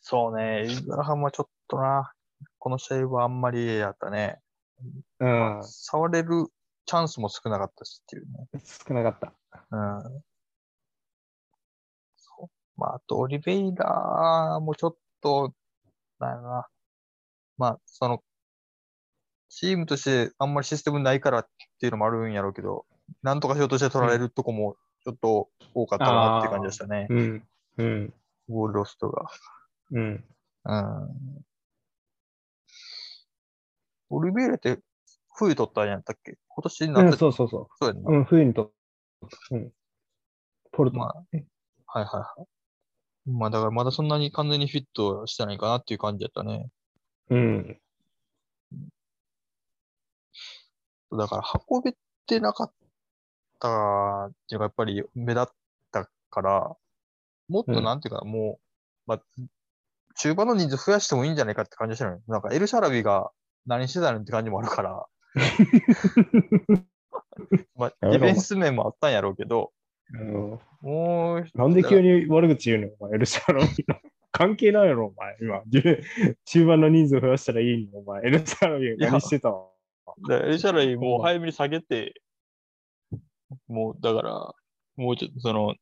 そうね。イブラハムはちょっとな、この試合はあんまりやったね。うん、触れるチャンスも少なかったしっていうね。少なかった。うん。そうまあ、あと、オリベイラもちょっと、なんやろな。まあ、その、チームとしてあんまりシステムないからっていうのもあるんやろうけど、なんとかしようとして取られるとこもちょっと多かったなっていう感じでしたね。うん、うん、ゴールロストが。うん。うん。オリベイラって冬取ったんやったっけ今年夏、そうそうそそうやんなう。うん、冬にと、うん。ポルト、まあ、はいはいはい。まあだからまだそんなに完全にフィットしてないかなっていう感じだったね。うん、だから運べてなかったっていうかやっぱり目立ったから、もっとうんなんていうかもう、まあ、中盤の人数増やしてもいいんじゃないかって感じがしてるのよなんかエルシャラビが何してたのって感じもあ るから。まあ、やめろお前ディフェンス面もあったんやろうけど、うん。もう、なんで急に悪口言うのお前、エルシャラビの。 関係ないやろ、お前。今、 中盤の人数増やしたらいいの、お前。エルシャラビが何してたの だからエルシャライもう早めに下げて、もうだから、もうちょっとその、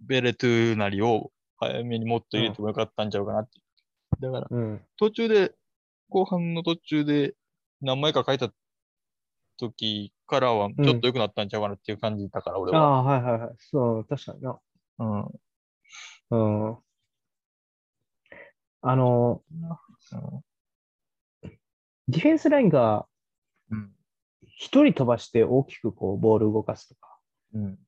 ベレトゥなりを早めにもっと入れてもよかったんちゃうかなって。だから、うん、途中で、後半の途中で何枚か書いた時からはちょっと良くなったんちゃうかなっていう感じだから、俺あは。あ、はいはいはい。そう、確かにな。うん。うん。あの、ディフェンスラインがうん。一人飛ばして大きくこう、ボール動かすとか、うん。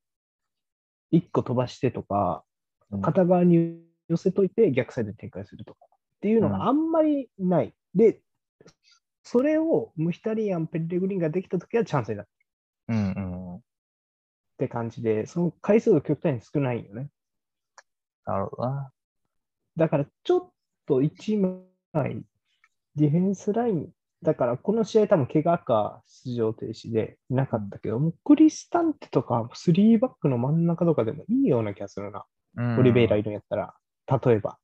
一個飛ばしてとか、うん片側に寄せといて逆サイドに展開するとかっていうのうんがあんまりない。で、それをムヒタリアン、ペレグリーンができたときはチャンスになるうん。うん。って感じで、その回数が極端に少ないよね。なるほどな。だからちょっと1枚、ディフェンスライン、だからこの試合多分怪我か出場停止でいなかったけど、もうクリスタンテとか3バックの真ん中とかでもいいような気がするな。うんオリベイラいるんやったら、例えば。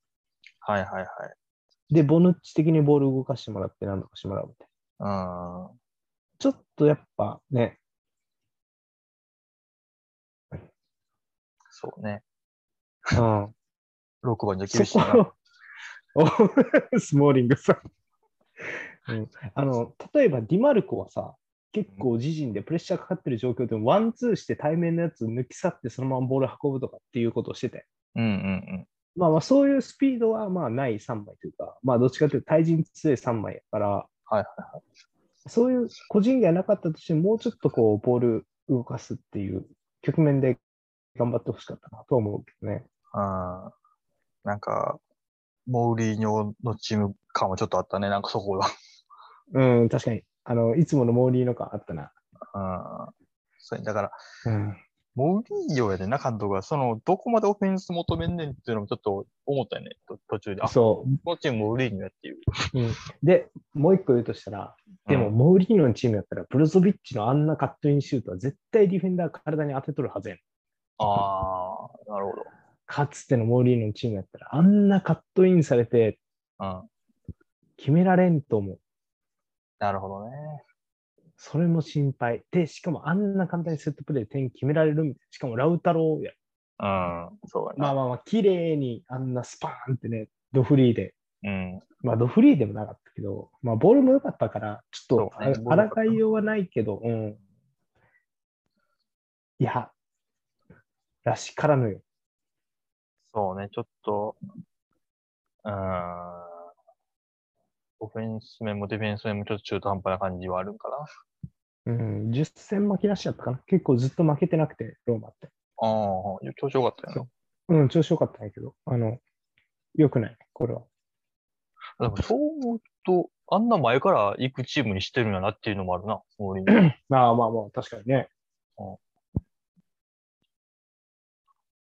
はいはいはい。で、ボヌッチ的にボール動かしてもらって何とかしてもらうみたいな。うん。ちょっとやっぱね、そうね。うん、 6番じゃそ厳しいな。こを、 おスモーリングさん、うん。あの、例えばディマルコはさ、結構自陣でプレッシャーかかってる状況でも、ワンツーして対面のやつ抜き去って、そのままボール運ぶとかっていうことをしてて、うんうんまあまあそういうスピードはまあない3枚というか、まあどっちかというと対人強い3枚やから、いはいそういう個人技はなかったとしても、もうちょっとこうボール動かすっていう局面で頑張ってほしかったなとは思うけどね。うん。あーなんか、モーリーニョのチーム感はちょっとあったね、なんかそこが。うん、確かに。あの、いつものモーリーの感あったな。うん。そうやだから、うん。モーリーニョやでな、監督が、その、どこまでオフェンス求めんねんっていうのもちょっと思ったよね、と途中で。あ、こそのチームモーリーニョやっていう。う、うん。で、もう一個言うとしたら、でも、うん、モーリーノのチームやったら、ブロゾビッチのあんなカットインシュートは絶対ディフェンダー体に当てとるはずやん。ああ、なるほど。かつてのモーリーノのチームやったら、あんなカットインされてうん。決められんと思う。なるほどね。それも心配。で、しかもあんな簡単にセットプレーで点決められるみたいな。しかもラウタローや。うん。そうやな。まあまあまあ、綺麗にあんなスパーンってね、ドフリーで。うん。まあ、ドフリーでもなかったけど、まあ、ボールも良かったから、ちょっとそうねボール良かったあら抗いようはないけど、うん。いや、らしからぬよ。そうね、ちょっと、うーん。オフェンス面もディフェンス面もちょっと中途半端な感じはあるんかうな。ん、10戦負けなしだったかな。結構ずっと負けてなくて、ローマって。ああ、調子よかったようん、調子良かったんやけど、あの、良くない、これは。な。でもそう思うと、あんな前から行くチームにしてるんやなっていうのもあるな、モ ーリーニョまあまあまあ、確かにね。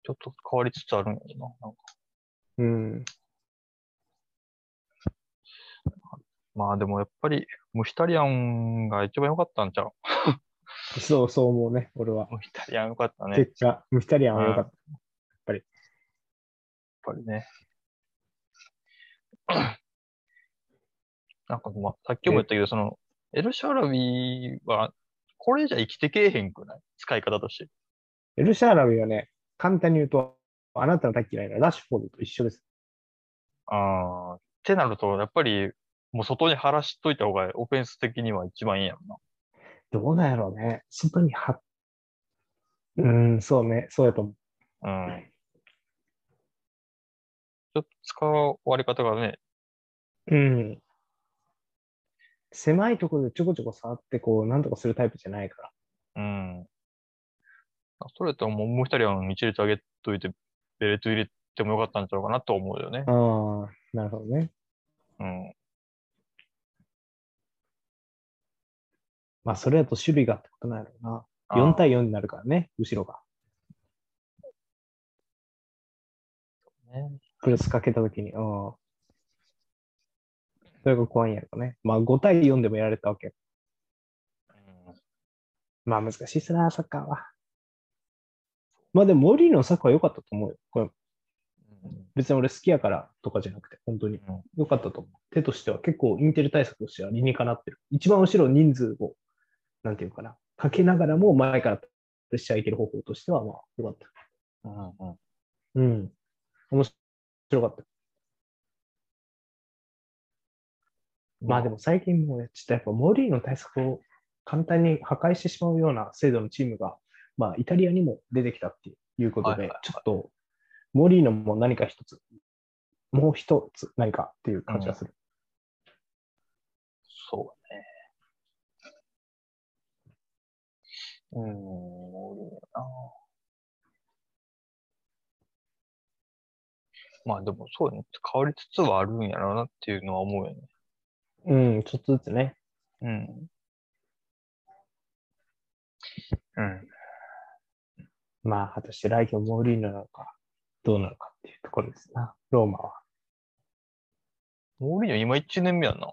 ちょっと変わりつつあるんやろな。なんかうん。まあでもやっぱり、ムヒタリアンが一番良かったんちゃう そうそう思うね、俺は。ムヒタリアン良かったね。やっ結果、ムヒタリアンは良かった。ぱり ね。なんかまあ、さっきも言ったけど、その、エルシャラビは、これじゃ生きてけえへんくない使い方として。エルシャーラビはね、簡単に言うと、あなたの大嫌いなラッシュフォードと一緒です。ああ、ってなると、やっぱり、もう外に晴らしといた方が、オフェンス的には一番いいんやろな。どうなんやろうね。外にはうん、そうね、そうやと思う。うん。ちょっと使われ方がね、うん。狭いところでちょこちょこ触って、こう、なんとかするタイプじゃないから。うん。それやったらもう、もう一人は一列上げといて、ベレット入れてもよかったんちゃうかなと思うよね。ああ、なるほどね。うん。まあ、それだと守備がってことなんやろうな。あー4対4になるからね、後ろが。ねクロスかけたときに。うん。それが怖いんやろね。まあ、5対4でもやられたわけ。うんまあ、難しいっすな、サッカーは。まあ、でも、モーリーノのサッカーは良かったと思うよ。これうん別に俺好きやからとかじゃなくて、本当にうん良かったと思う。手としては結構インテル対策としては理にかなってる。一番後ろ人数を、なんていうかな、かけながらも前からプレッシャーいける方法としては、まあ、良かった。うんうんうん。面白かった。まあでも最近もうね、ちょっとやっぱモーリーの対策を簡単に破壊してしまうような制度のチームが、まあイタリアにも出てきたっていうことで、はいはいはいちょっとモーリーノも何か一つ、もう一つ何かっていう感じがする。そうね。うん、俺な。まあでもそうね、変わりつつはあるんやろうなっていうのは思うよね。うん、ちょっとずつね。うん。うん。まあ果たして来季はモーリーノなのか、どうなのかっていうところですな、ローマは。モーリーニョ今1年目やんな。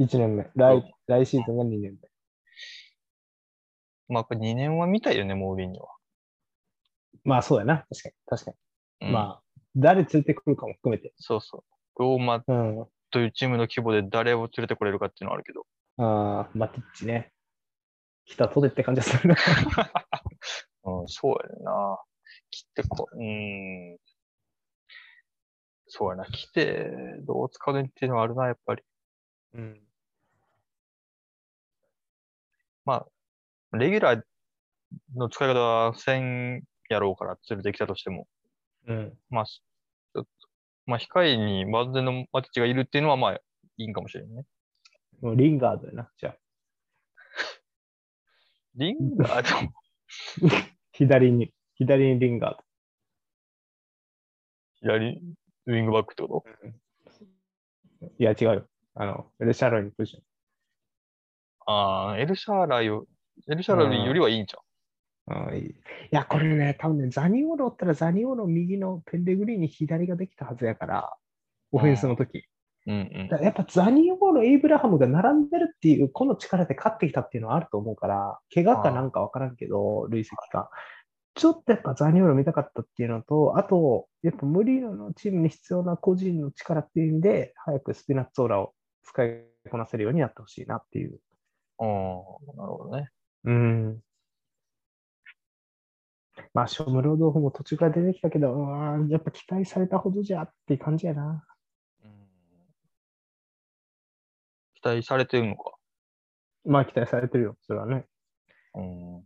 1年目、うん来来シーズンが2年まあこれ2年は見たいよね、モーリーニョは。目。まあそうやな、確かに、確かに。うん、あ。まあ、誰連れてくるかも含めて。そうそう。ローマうん。あというチームの規模で誰を連れてこれるかっていうのはあるけど。あー、マティッチね。来たとでって感じがするな。うん、そうやねんな。来てこ、うーん。そうやな。来て、どう使うねんっていうのはあるな、やっぱり。うん。まあ、レギュラーの使い方は1000やろうから連れてきたとしても、うん。まあ、しちょっとまあ、控えに万全のマティッチがいるっていうのは、まあ、いいんかもしれないね。もうリンガードやな、じゃあ。リンガード、左に、左にリンガード。左、ウィングバックってこといや、違うよ。あの、レシャロイのポジシああ、エルシャーライを、エルシャーライよりはいいんちゃうョン。ああ、いい。いや、これね、多分ね、ザニオロおったらザニオロ右のペンレグリーに左ができたはずやから、オフェンスの時。うんうんだ。からやっぱザニオロ、エイブラハムが並んでるっていう、この力で勝ってきたっていうのはあると思うから、怪我かなんかわからんけど、累積か。ちょっとやっぱザニオロ見たかったっていうのと、あと、やっぱ無理のチームに必要な個人の力っていう意味で、早くスピナッツオーラを使いこなせるようになってほしいなっていう。ああ、なるほどね。うん。まあ、ショムロードフも途中から出てきたけど、うわーやっぱ期待されたほどじゃっていう感じやな。うん期待されてるのか。まあ、期待されてるよ、それはね。うん。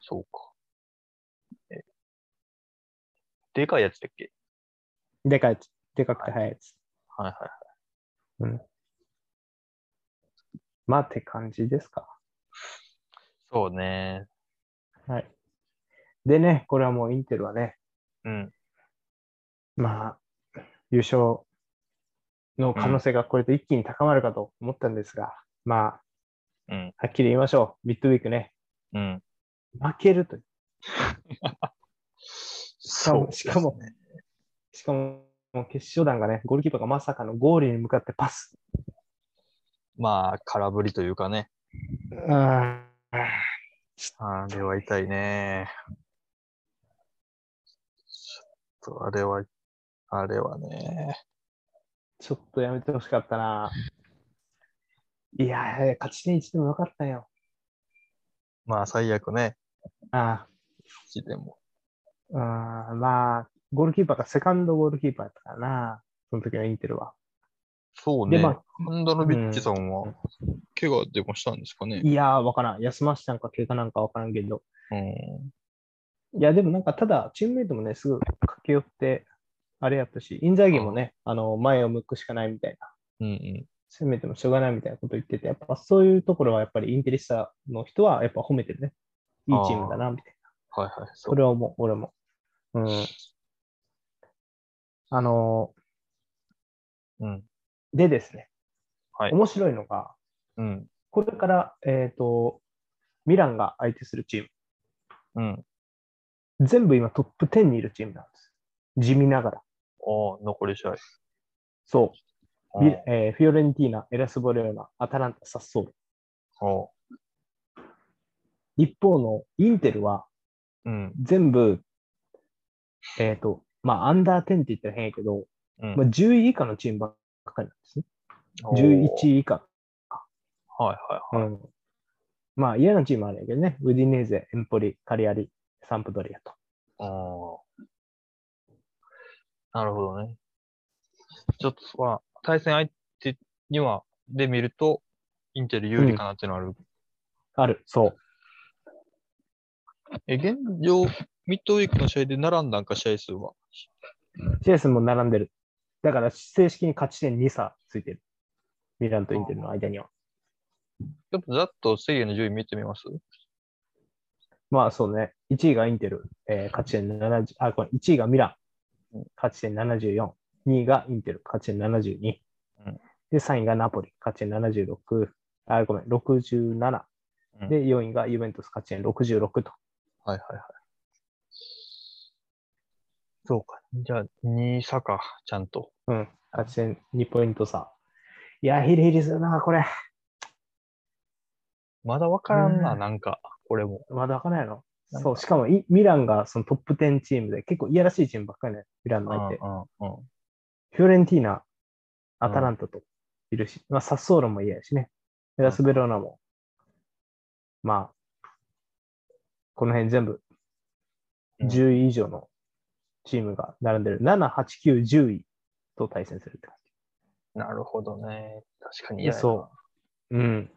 そうか。えでかいやつだっけでかいやつ、でかくて速いやつ。はいはい。まあ、って感じですか。そうね。はい。でね、これはもうインテルはね、うん。まあ、優勝の可能性がこれで一気に高まるかと思ったんですが、まあ、うん。はっきり言いましょう。ミッドウィークね、うん。負けるという。そうですねしかもしかも、決勝弾がね、ゴールキーパーがまさかのゴールに向かってパス。まあ、空振りというかね。ああれは痛いね。ちょっと、あれは、あれはね。ちょっとやめてほしかったな。いやー、勝ち点1でもよかったよ。まあ、最悪ね。あ一でも。ーあー、まあ、ゴールキーパーがセカンドゴールキーパーだったからな。その時のインテルは。そうで、ね。まあ、ハンダノビッチさんは、怪我でもしたんですかね。いやー、わからん。休ましたんか経過なんかわからんけど。うん。いや、でもなんか、ただ、チームメイトもね、すぐ駆け寄って、あれやったし、インザーギもね、あの、前を向くしかないみたいな。うんうん。攻めてもしょうがないみたいなこと言ってて、やっぱそういうところはやっぱりインテリスタの人はやっぱ褒めてるね。いいチームだな、みたいな。はいはい。そ。そうれは思う、俺も。うん。あのうん。ー、でですね、はい面白いのが、うん。これから、えっ、と、ミランが相手するチーうん。ム、全部今トップ10にいるチームなんです。地味ながら。ああ、残り試合。そうう、ミんラえーフィオレンティーナ、エラスボレオナ、アタランタ、サッソーロあ一方のインテルは、うん。全部、えっ、と、まあ、アンダー10って言ったら変やけど、うんまあ、10位以下のチームばっかりなんですね。おー11位以下。はいはうん、まあ、嫌なチームあるんやけどね。ウディネーゼ、エンポリ、カリアリ、サンプドリアと。いはい。ああ。なるほどね。ちょっと、まあ、対戦相手には、で見ると、インテル有利かなっていうのはある。ある、そう。え、現状、ミッドウィークの試合で並んだんか、試合数は。シェイスも並んでる。だから、正式に勝ち点2差ついてる。ミランとインテルの間には。ちょっとざっとセリエの順位見てみますまあ、そうね。1位がインテル、えー勝ち点70、あ、これ1位がミラン、勝ち点74。2位がインテル、勝ち点72。うんで、3位がナポリ、勝ち点76。あ、ごめん、67。うんで、4位がユベントス、勝ち点66と。はいはいはい。そうか。じゃあ、2差か、ちゃんと。うん、勝ち点2ポイント差。いや、ヒリヒリするな、これ。まだわからんな、うんなんか、これも。まだわからないの。なんかそう、しかもイミランがそのトップ10チームで、結構いやらしいチームばっかりね、ミランうの相手。んうんうん。フィオレンティーナ、アタランタといるし、まあ、サッソーロも嫌やしね。エラスベローナも、まあ、この辺全部、うん10位以上のチームが並んでる。7、8、9、10位と対戦するって感なるほどね。確かじ。に嫌やなそう。うん。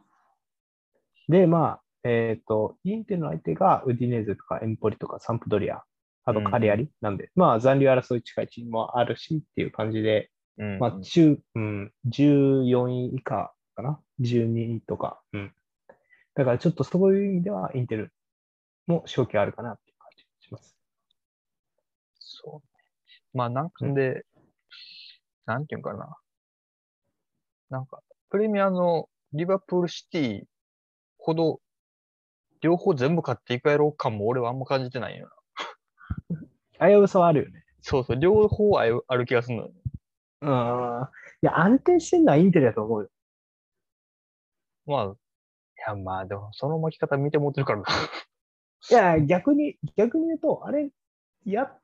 で、まあ、えっ、と、インテルの相手がウディネーゼとかエンポリとかサンプドリア、あとカリアリなんで、まあ残留争い近いチームもあるしっていう感じで、うんまあ、中、うん、14位以下かな ?12 位とか。うん。だからちょっとそういう意味では、インテルも勝機あるかなっていう感じがします。そうね。まあなんかうんで、なんていうんかな。なんか、プレミアのリバプールシティほど、両方全部買っていくやろう感も俺はあんま感じてないよな。危うさはあるよね。そうそう、両方あるある気がするのよね。うん。いや、安定してるのはインテルだと思うよ。まあ、いやまあでもその巻き方見てもってるからな。 いや、逆に、逆に言うと、あれ、や、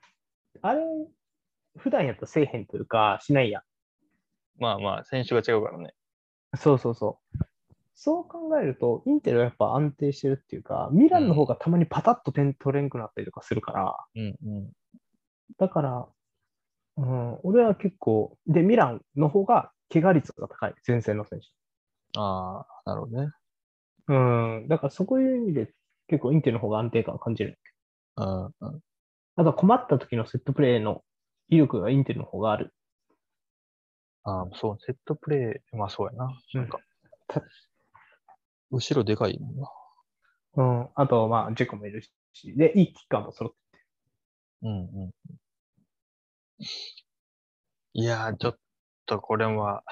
あれ、普段やったらせえへんというか、しないやんまあまあ、選手が違うからね。そうそうそう。そう考えると、インテルはやっぱ安定してるっていうか、ミランの方がたまにパタッと点取れんくなったりとかするから、うんうん。だから、うん、俺は結構、で、ミランの方が怪我率が高い、前線の選ああ、なるほどね。手。うん、だからそういう意味で結構インテルの方が安定感を感じる。うんうん。あとは困った時のセットプレーの威力がインテルの方がある。ああ、そう、セットプレイ、まあそうやな。なんかた、後ろでかいもんな。うん、あと、まあ、ジェコもいるし、で、いいキッカーも揃って。うんうん。いやー、ちょっとこれは、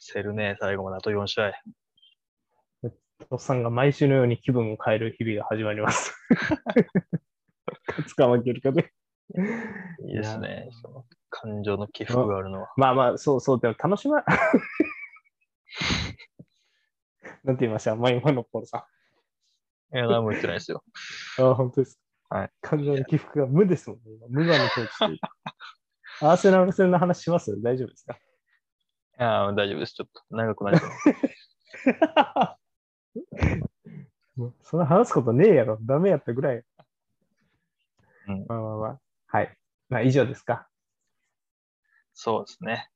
せるね、最後まであと4試合。おっさんが毎週のように気分を変える日々が始まります。勝つか負けるかで。いいですね。その感情の起伏があるのは。まあまあ、そうそう、でも楽し ま、なんて言いましたまあ今のポールさいや、何も言ってないです よ。ん。ああ、本当です。はい。感情の起伏が無ですもんね。今無我の境地 というかアーセナル戦の話します大丈夫ですいやー、大丈夫です。ちょっと長くなっちゃう。かもう そんな話すことねえやろ。ダメやったぐらい。うんまあまあまあ。はい。まあ以上ですか。そうですね。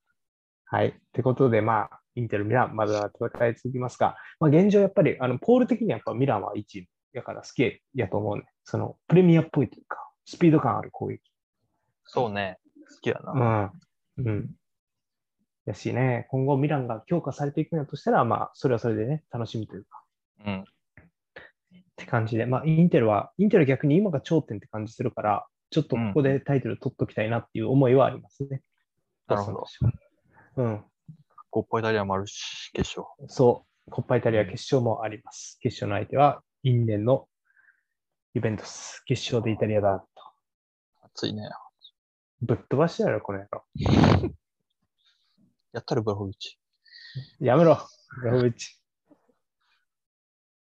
はい。ってことで、まあ、インテル、ミラン、まだ戦い続きますが、まあ、現状、やっぱり、あの、ポール的にはやっぱミランは1位やから好きやと思うね。その、プレミアっぽいというか、スピード感ある攻撃。そうね。好きやな。うん。うん。やしね、今後ミランが強化されていくんだとしたら、まあ、それはそれでね、楽しみというか、うん。って感じで、まあ、インテルは、インテルは逆に今が頂点って感じするから、ちょっとここでタイトル取っときたいなっていう思いはありますね。なるほど。ど。うん。コッポイタリアもあるし、決勝。そう、コッパイタリア決勝もあります。決勝の相手は因縁のイベントス。決勝でイタリアだと。熱いね。ぶっ飛ばしてやろ、この野郎。やったらブラホビッチ。やめろ、ブラホビッチ。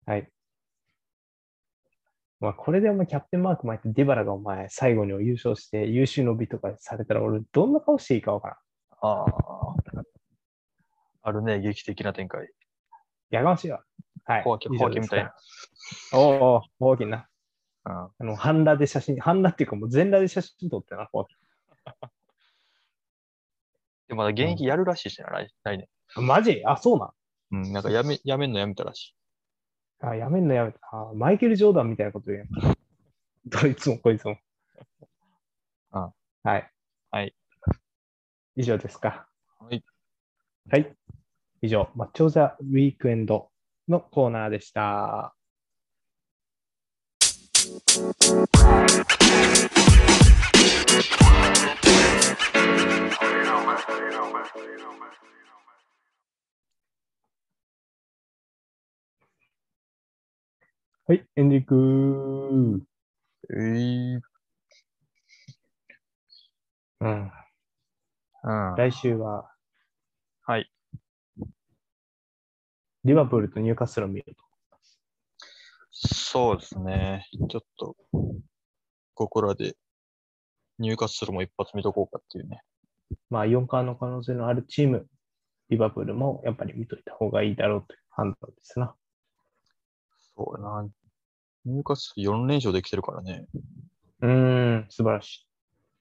はい。まあ、これでお前キャプテンマーク巻いてデバラがお前最後に優勝して優秀の美とかされたら俺どんな顔していいかわからん。ああ。あるね、劇的な展開。やかましいわ。はい。ホワキ以上ホワキですみたいな。おうおう、ホワキな。うん。あの、半裸で写真、半裸っていうかもう全裸で写真撮ってな、ホワキで、まだ現役やるらしいしな、来来年。マジあ、そうなん。 うん、なんかやめ、やめんのやめたらしい。あ、やめんのやめた。あマイケル・ジョーダンみたいなこと言うやん。 どいつもこいつも。あはい。はい。以上ですか。はい。はい。以上、マッチョ・ザ・ウィークエンドのコーナーでした。はい、エンディング。えー、うん。うん。来週は、はい。リバプールとニューカッスルを見ると。そうですね。ちょっと、ここらで入荷するも一発見とこうかっていうね。まあ、4冠の可能性のあるチーム、リバプールもやっぱり見といた方がいいだろうという判断ですな。そうやな。入荷する4連勝できてるから ね。うーん、素晴らし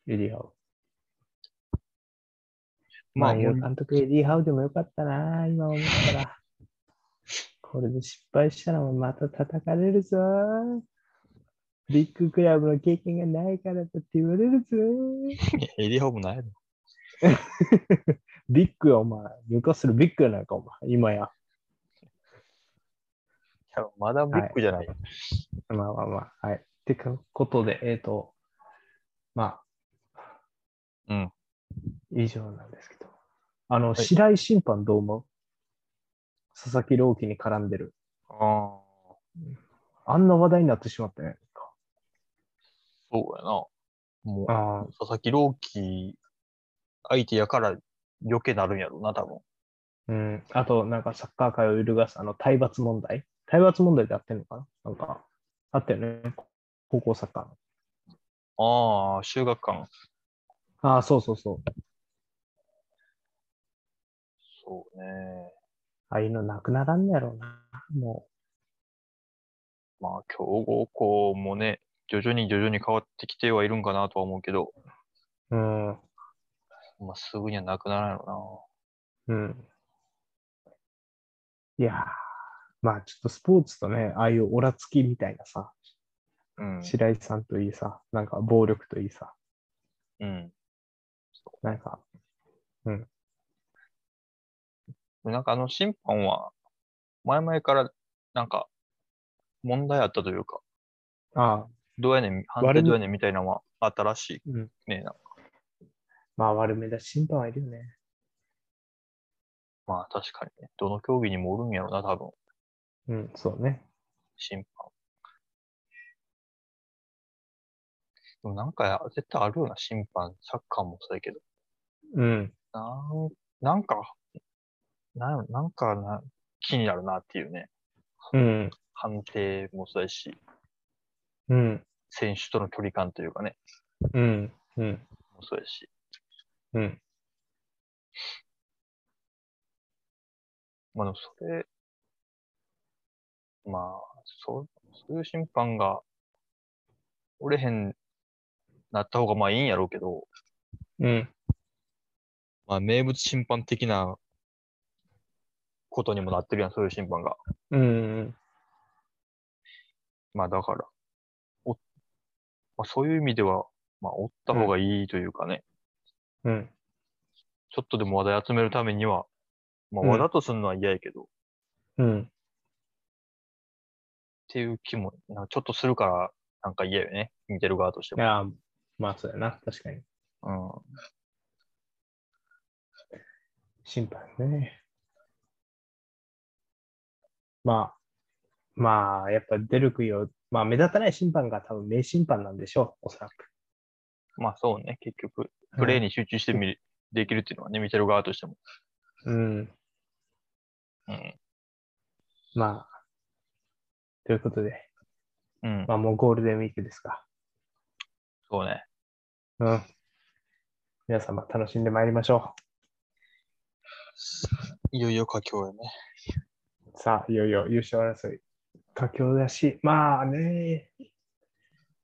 い。エディハウ。ままああ、もう監督エディハウでもよかったな、今思ったら。これで失敗したらまた叩かれるぞ。ビッグクラブの経験がないからだって言われるぞ。いやエリアホームないの。ビッグはお前、入荷するビッグやないか、お前、今や。いやまだビッグじゃない。まあまあまあ、はい。ってかことで、えっ、と、まあ、うん。以上なんですけど。あの、い白井審判どう思う佐々木朗希に絡んでる。ああ、あんな話題になってしまったね。そうやな。もう、ああ、佐々木朗希、相手やから余計なるんやろうな、多分。うん。あと、なんかサッカー界を揺るがす、あの、体罰問題。体罰問題であってんのかななんか、あったよね。高校サッカーの。ああ、修学館。ああ、そうそうそう。そうね。ああいうのなくならんねやろうな。もまあ、強豪校もね、徐々に徐々に変わってきてはいるんかなとは思うけど、う。うん。まあ、すぐにはなくならんやろうん。いやー、まあちょっとスポーツとね、ああいうオラつきみたいなさ、うな。白井さんといいさ、なんか暴力といいさ、うん。うん。なんか、なんかあの審判は、前々からなんか問題あったというか、ああ、どうやねん、判割定にどうやねんみたいなのはあったらしうん。いね。なんかまあ悪めだし、審判はいるよね。まあ確かにね、どの競技にもおるんやろな、多分、うん、そうね。審判。でもなんかや絶対あるよな、審判。サッカーもそうやけど。うん。なんなんか、なんやろなんかな気になるなっていうね。うん。判定もそうやし、うん。選手との距離感というかね、うん。うん。もそうやし。うん。まあでもそれ、まあ、そう、そういう審判が、折れへん、なった方がまあいいんやろうけど、うん。まあ名物審判的なことにもなってるやん、そういう審判が。うん。まあだから、おまあ、そういう意味では、まあおった方がいいというかね、うん。ちょっとでも話題集めるためには、まあうんわざとするのは嫌やけど、っうん。ていう気も、なんかちょっとするから、なんか嫌よね、見てる側としていも。やー、まあそうやな。確かに。うん審判ね。まあ、まあ、やっぱ出る杭を、まあ目立たない審判が多分名審判なんでしょう、おそらく。まあそうね、結局、プレーに。に集中してみる、できるっていうのはね、見てる側としても。うん。うん。まあ、ということで、うん。まあもうゴールデンウィークですか。そうね。うん。皆様楽しんでまいりましょいよいよ佳境やね。う。さあ、いよいよ優勝争い。佳境だし、まあね、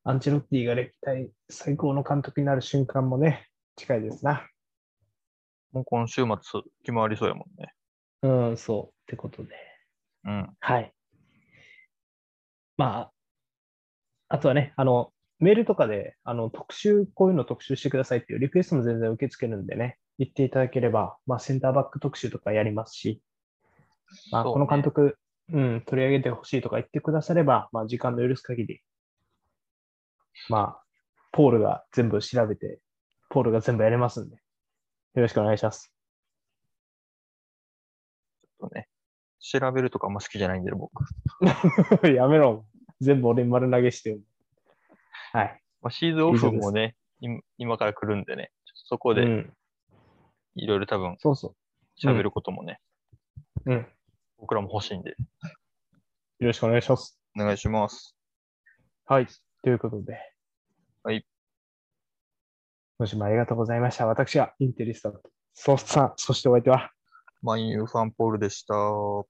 アンチェロッティが歴代最高の監督になる瞬間もね、近いですな。もう今週末、決まりそうやもんね。うん、そう。ってことで。うん。はい。まあ、あとはね、あの、メールとかで、あの、特集、こういうの特集してくださいっていうリクエストも全然受け付けるんでね、言っていただければ、まあ、センターバック特集とかやりますし、まあ、そうこねの監督、うん、取り上げてほしいとか言ってくだされば、まあ、時間の許す限り、まあ、ポールが全部調べて、ポールが全部やれますんで、よろしくお願いします。 そうね。調べるとかあんま好きじゃないんで、僕。やめろ。全部俺に丸投げしてよ。はい。まあ、シーズンオフもね、今今から来るんでね、ちょっとそこうでん、いろいろ多分そうそ喋ることもね、う。うん。よ僕らも欲しいんで、ろしくお願いします。お願いします。はい。ということで。はい。もしもありがとうございました。私はインテリスト、ソースさん、そしてお相手は。マインユーファンポールでした。さ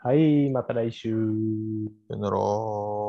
はい、また来週。よなら。